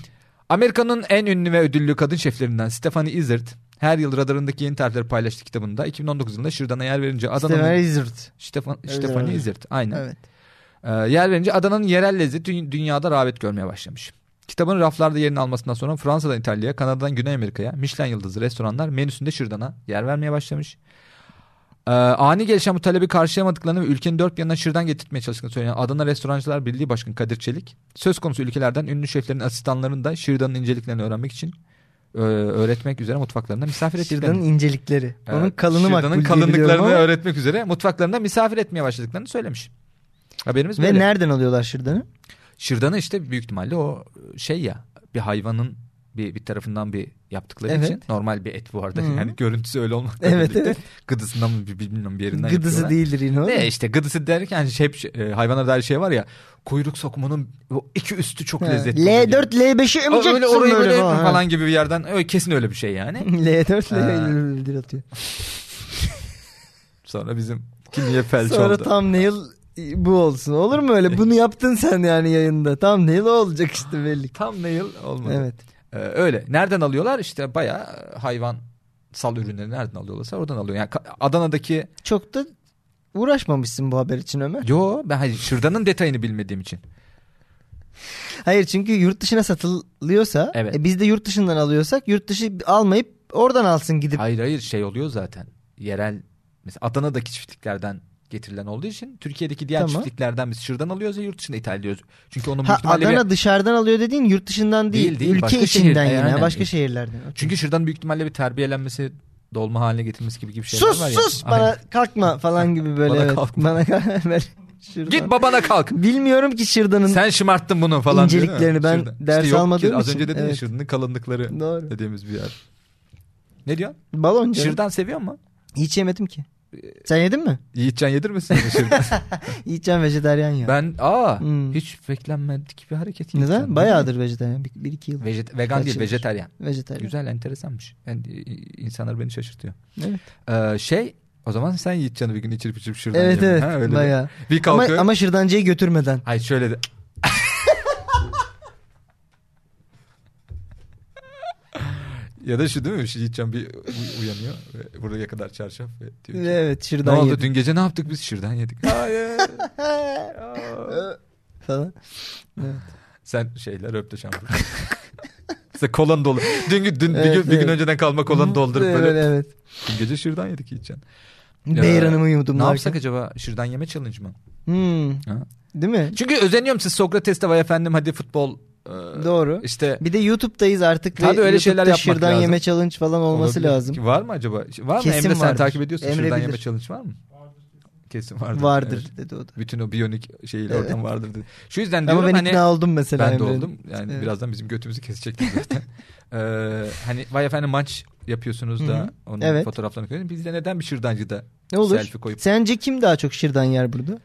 [SPEAKER 2] Amerika'nın en ünlü ve ödüllü kadın şeflerinden Stephanie Izzard her yıl radarındaki yeni tarifleri paylaştı kitabında. 2019 yılında Şırdan'a yer verince Adana'nın...
[SPEAKER 1] Steven Izzard.
[SPEAKER 2] Stefan-
[SPEAKER 1] Evet,
[SPEAKER 2] Stephanie
[SPEAKER 1] evet.
[SPEAKER 2] Izzard aynen.
[SPEAKER 1] Evet.
[SPEAKER 2] Ee, yer verince Adana'nın yerel lezzeti dü- dünyada rağbet görmeye başlamış. Kitabın raflarda yerini almasından sonra Fransa'dan İtalya'ya, Kanada'dan Güney Amerika'ya, Michelin yıldızlı restoranlar menüsünde şırdana yer vermeye başlamış. Ee, ani gelişen bu talebi karşılayamadıklarını ve ülkenin dört bir yanına şırdan getirtmeye çalıştıklarını söyleyen Adana Restorancılar Birliği Başkanı Kadir Çelik, söz konusu ülkelerden ünlü şeflerin asistanlarını da şırdanın inceliklerini öğrenmek için e, öğretmek üzere mutfaklarında misafir ettiklerini
[SPEAKER 1] Şırdanın incelikleri.
[SPEAKER 2] Ee,
[SPEAKER 1] Onun kalını
[SPEAKER 2] şırdanın
[SPEAKER 1] makbul diye biliyorum
[SPEAKER 2] kalınlıklarını
[SPEAKER 1] ama-
[SPEAKER 2] öğretmek üzere mutfaklarında misafir etmeye başladıklarını söylemiş. Haberimiz
[SPEAKER 1] Ve
[SPEAKER 2] böyle.
[SPEAKER 1] nereden alıyorlar şırdanı?
[SPEAKER 2] Şırdanı işte büyük ihtimalle o şey ya bir hayvanın bir, bir tarafından bir yaptıkları
[SPEAKER 1] Evet.
[SPEAKER 2] için normal bir et bu arada
[SPEAKER 1] Hı.
[SPEAKER 2] yani görüntüsü öyle olmakla
[SPEAKER 1] Evet,
[SPEAKER 2] birlikte
[SPEAKER 1] evet.
[SPEAKER 2] gıdısından mı bir, bilmiyorum bir yerinden
[SPEAKER 1] Gıdısı
[SPEAKER 2] yapıyorlar.
[SPEAKER 1] değildir yine o.
[SPEAKER 2] Ne işte gıdısı derken şey, e, hayvana dair şey var ya kuyruk sokmanın o iki üstü çok
[SPEAKER 1] Ha,
[SPEAKER 2] lezzetli. oluyor.
[SPEAKER 1] L4, L5'i
[SPEAKER 2] O-
[SPEAKER 1] emeceksin
[SPEAKER 2] öyle orayı böyle
[SPEAKER 1] falan.
[SPEAKER 2] falan gibi bir yerden öyle kesin öyle bir şey yani.
[SPEAKER 1] L4,
[SPEAKER 2] Ha.
[SPEAKER 1] L5 atıyor.
[SPEAKER 2] Sonra bizim kimye felç
[SPEAKER 1] Sonra
[SPEAKER 2] oldu.
[SPEAKER 1] tam ne yıl bu olsun. Olur mu öyle? Bunu yaptın sen yani yayında. Tam ne yıl olacak işte belli. ki.
[SPEAKER 2] Tam ne yıl olmadı.
[SPEAKER 1] Evet.
[SPEAKER 2] Ee, öyle. Nereden alıyorlar? İşte bayağı hayvansal ürünleri nereden alıyorlarsa oradan alıyor. Yani Ka- Adana'daki
[SPEAKER 1] Çok da uğraşmamışsın bu haber için Ömer.
[SPEAKER 2] yo ben hayır, şırdanın detayını bilmediğim için.
[SPEAKER 1] Hayır çünkü yurt dışına satılıyorsa
[SPEAKER 2] Evet.
[SPEAKER 1] e, biz de yurt dışından alıyorsak yurt dışı almayıp oradan alsın gidip.
[SPEAKER 2] Hayır hayır şey oluyor zaten. Yerel mesela Adana'daki çiftliklerden getirilen olduğu için Türkiye'deki diğer
[SPEAKER 1] Tamam.
[SPEAKER 2] çiftliklerden biz şırdan alıyoruz ve yurt dışına ithal ediyoruz. Çünkü onun
[SPEAKER 1] Ha,
[SPEAKER 2] büyük ihtimalle bir-
[SPEAKER 1] Adana dışarıdan alıyor dediğin yurt dışından değil.
[SPEAKER 2] Değil, değil,
[SPEAKER 1] ülke
[SPEAKER 2] başka
[SPEAKER 1] içinden
[SPEAKER 2] şehirde,
[SPEAKER 1] yine.
[SPEAKER 2] aynen.
[SPEAKER 1] Başka şehirlerden.
[SPEAKER 2] çünkü şırdanın büyük ihtimalle bir terbiyelenmesi dolma haline getirmesi gibi gibi şeyler
[SPEAKER 1] sus
[SPEAKER 2] var ya.
[SPEAKER 1] sus
[SPEAKER 2] Aynen.
[SPEAKER 1] bana kalkma falan gibi böyle.
[SPEAKER 2] Bana
[SPEAKER 1] evet.
[SPEAKER 2] kalkma.
[SPEAKER 1] Bana kalkma. Böyle şuradan.
[SPEAKER 2] Git babana kalk.
[SPEAKER 1] Bilmiyorum ki şırdanın.
[SPEAKER 2] Sen şımarttın bunu falan. diyor, değil mi?
[SPEAKER 1] İnceliklerini ben
[SPEAKER 2] Şırdan.
[SPEAKER 1] ders
[SPEAKER 2] yok ki,
[SPEAKER 1] almadığım
[SPEAKER 2] Az
[SPEAKER 1] için,
[SPEAKER 2] önce dedin ya
[SPEAKER 1] evet.
[SPEAKER 2] şırdanın kalınlıkları
[SPEAKER 1] Doğru.
[SPEAKER 2] dediğimiz bir yer. Ne diyorsun?
[SPEAKER 1] Balon canım.
[SPEAKER 2] Şırdan Ee, seviyor mu?
[SPEAKER 1] Hiç yemedim ki. Sen yedin mi?
[SPEAKER 2] Yiğitcan yedir misin ona şırdan?
[SPEAKER 1] Yiyeceğim vejetaryen ya.
[SPEAKER 2] ben aa
[SPEAKER 1] Hmm.
[SPEAKER 2] hiç beklenmedik bir hareket. Yiğitcan.
[SPEAKER 1] Neden? Bayağıdır vejetaryen. Bir, bir iki yıl.
[SPEAKER 2] Vejet- vegan
[SPEAKER 1] Kaç
[SPEAKER 2] değil
[SPEAKER 1] yıldır?
[SPEAKER 2] vejetaryen.
[SPEAKER 1] Vejetaryen.
[SPEAKER 2] Güzel enteresanmış. Ben, i- i- insanlar beni şaşırtıyor.
[SPEAKER 1] Evet.
[SPEAKER 2] Ee, şey o zaman sen Yiğitcan'ı bir gün içirip içirip şırdan
[SPEAKER 1] Evet
[SPEAKER 2] yemin,
[SPEAKER 1] evet.
[SPEAKER 2] ha, öyle mi?
[SPEAKER 1] bayağı.
[SPEAKER 2] Bir
[SPEAKER 1] Ama,
[SPEAKER 2] kalkıyor.
[SPEAKER 1] ama şırdancıyı götürmeden.
[SPEAKER 2] Hayır şöyle de. ya da şu değil mi? Şu Yiğitcan bir u- uyanıyor. Ve buraya kadar çarşaf. Ve diyor ki,
[SPEAKER 1] Evet
[SPEAKER 2] ne
[SPEAKER 1] şırdan
[SPEAKER 2] oldu
[SPEAKER 1] yedim.
[SPEAKER 2] dün gece ne yaptık biz? Şırdan yedik. Hayır.
[SPEAKER 1] Ee, falan.
[SPEAKER 2] Sen şeyler öptü şampuan. Mesela kolan dolu. Dün, dün bir, gün,
[SPEAKER 1] Evet,
[SPEAKER 2] bir gün
[SPEAKER 1] evet.
[SPEAKER 2] önceden kalma kolanı doldurup
[SPEAKER 1] Evet,
[SPEAKER 2] böyle.
[SPEAKER 1] Evet.
[SPEAKER 2] Dün gece şırdan yedik Yiğitcan. Ya,
[SPEAKER 1] Beyranımı yudum.
[SPEAKER 2] Ne yapsak acaba? Şırdan yeme challenge mı?
[SPEAKER 1] Hmm.
[SPEAKER 2] Ha?
[SPEAKER 1] Değil mi?
[SPEAKER 2] Çünkü özeniyorum siz Sokrates'te vay efendim hadi futbol. e,
[SPEAKER 1] Doğru.
[SPEAKER 2] işte
[SPEAKER 1] Bir de YouTube'dayız artık.
[SPEAKER 2] e- Tabii
[SPEAKER 1] ve
[SPEAKER 2] öyle
[SPEAKER 1] YouTube'da
[SPEAKER 2] şeyler yapmak
[SPEAKER 1] şırdan
[SPEAKER 2] lazım.
[SPEAKER 1] yeme challenge falan olması
[SPEAKER 2] Olabilir.
[SPEAKER 1] lazım.
[SPEAKER 2] Var mı acaba? Var
[SPEAKER 1] Kesin
[SPEAKER 2] mı? Emre sen
[SPEAKER 1] vardır.
[SPEAKER 2] takip ediyorsun.
[SPEAKER 1] Emre
[SPEAKER 2] Şuradan
[SPEAKER 1] bilir.
[SPEAKER 2] yeme challenge var mı? Kesin vardır.
[SPEAKER 1] Vardır
[SPEAKER 2] Evet.
[SPEAKER 1] dedi o da.
[SPEAKER 2] Bütün o biyonik şeyle
[SPEAKER 1] Evet.
[SPEAKER 2] oradan vardır dedi. Şu yüzden diyorum
[SPEAKER 1] Ama ben
[SPEAKER 2] hani
[SPEAKER 1] ikna oldum mesela.
[SPEAKER 2] ben de
[SPEAKER 1] Emre'nin.
[SPEAKER 2] oldum. Yani
[SPEAKER 1] Evet.
[SPEAKER 2] birazdan bizim götümüzü kesecekler zaten. Ee, hani vay efendim maç yapıyorsunuz
[SPEAKER 1] Hı hı.
[SPEAKER 2] da onun
[SPEAKER 1] Evet.
[SPEAKER 2] fotoğraflarını koyuyorsunuz. Biz de neden bir şırdancı da
[SPEAKER 1] Ne olur?
[SPEAKER 2] selfie koyup
[SPEAKER 1] Sence kim daha çok şırdan yer burada?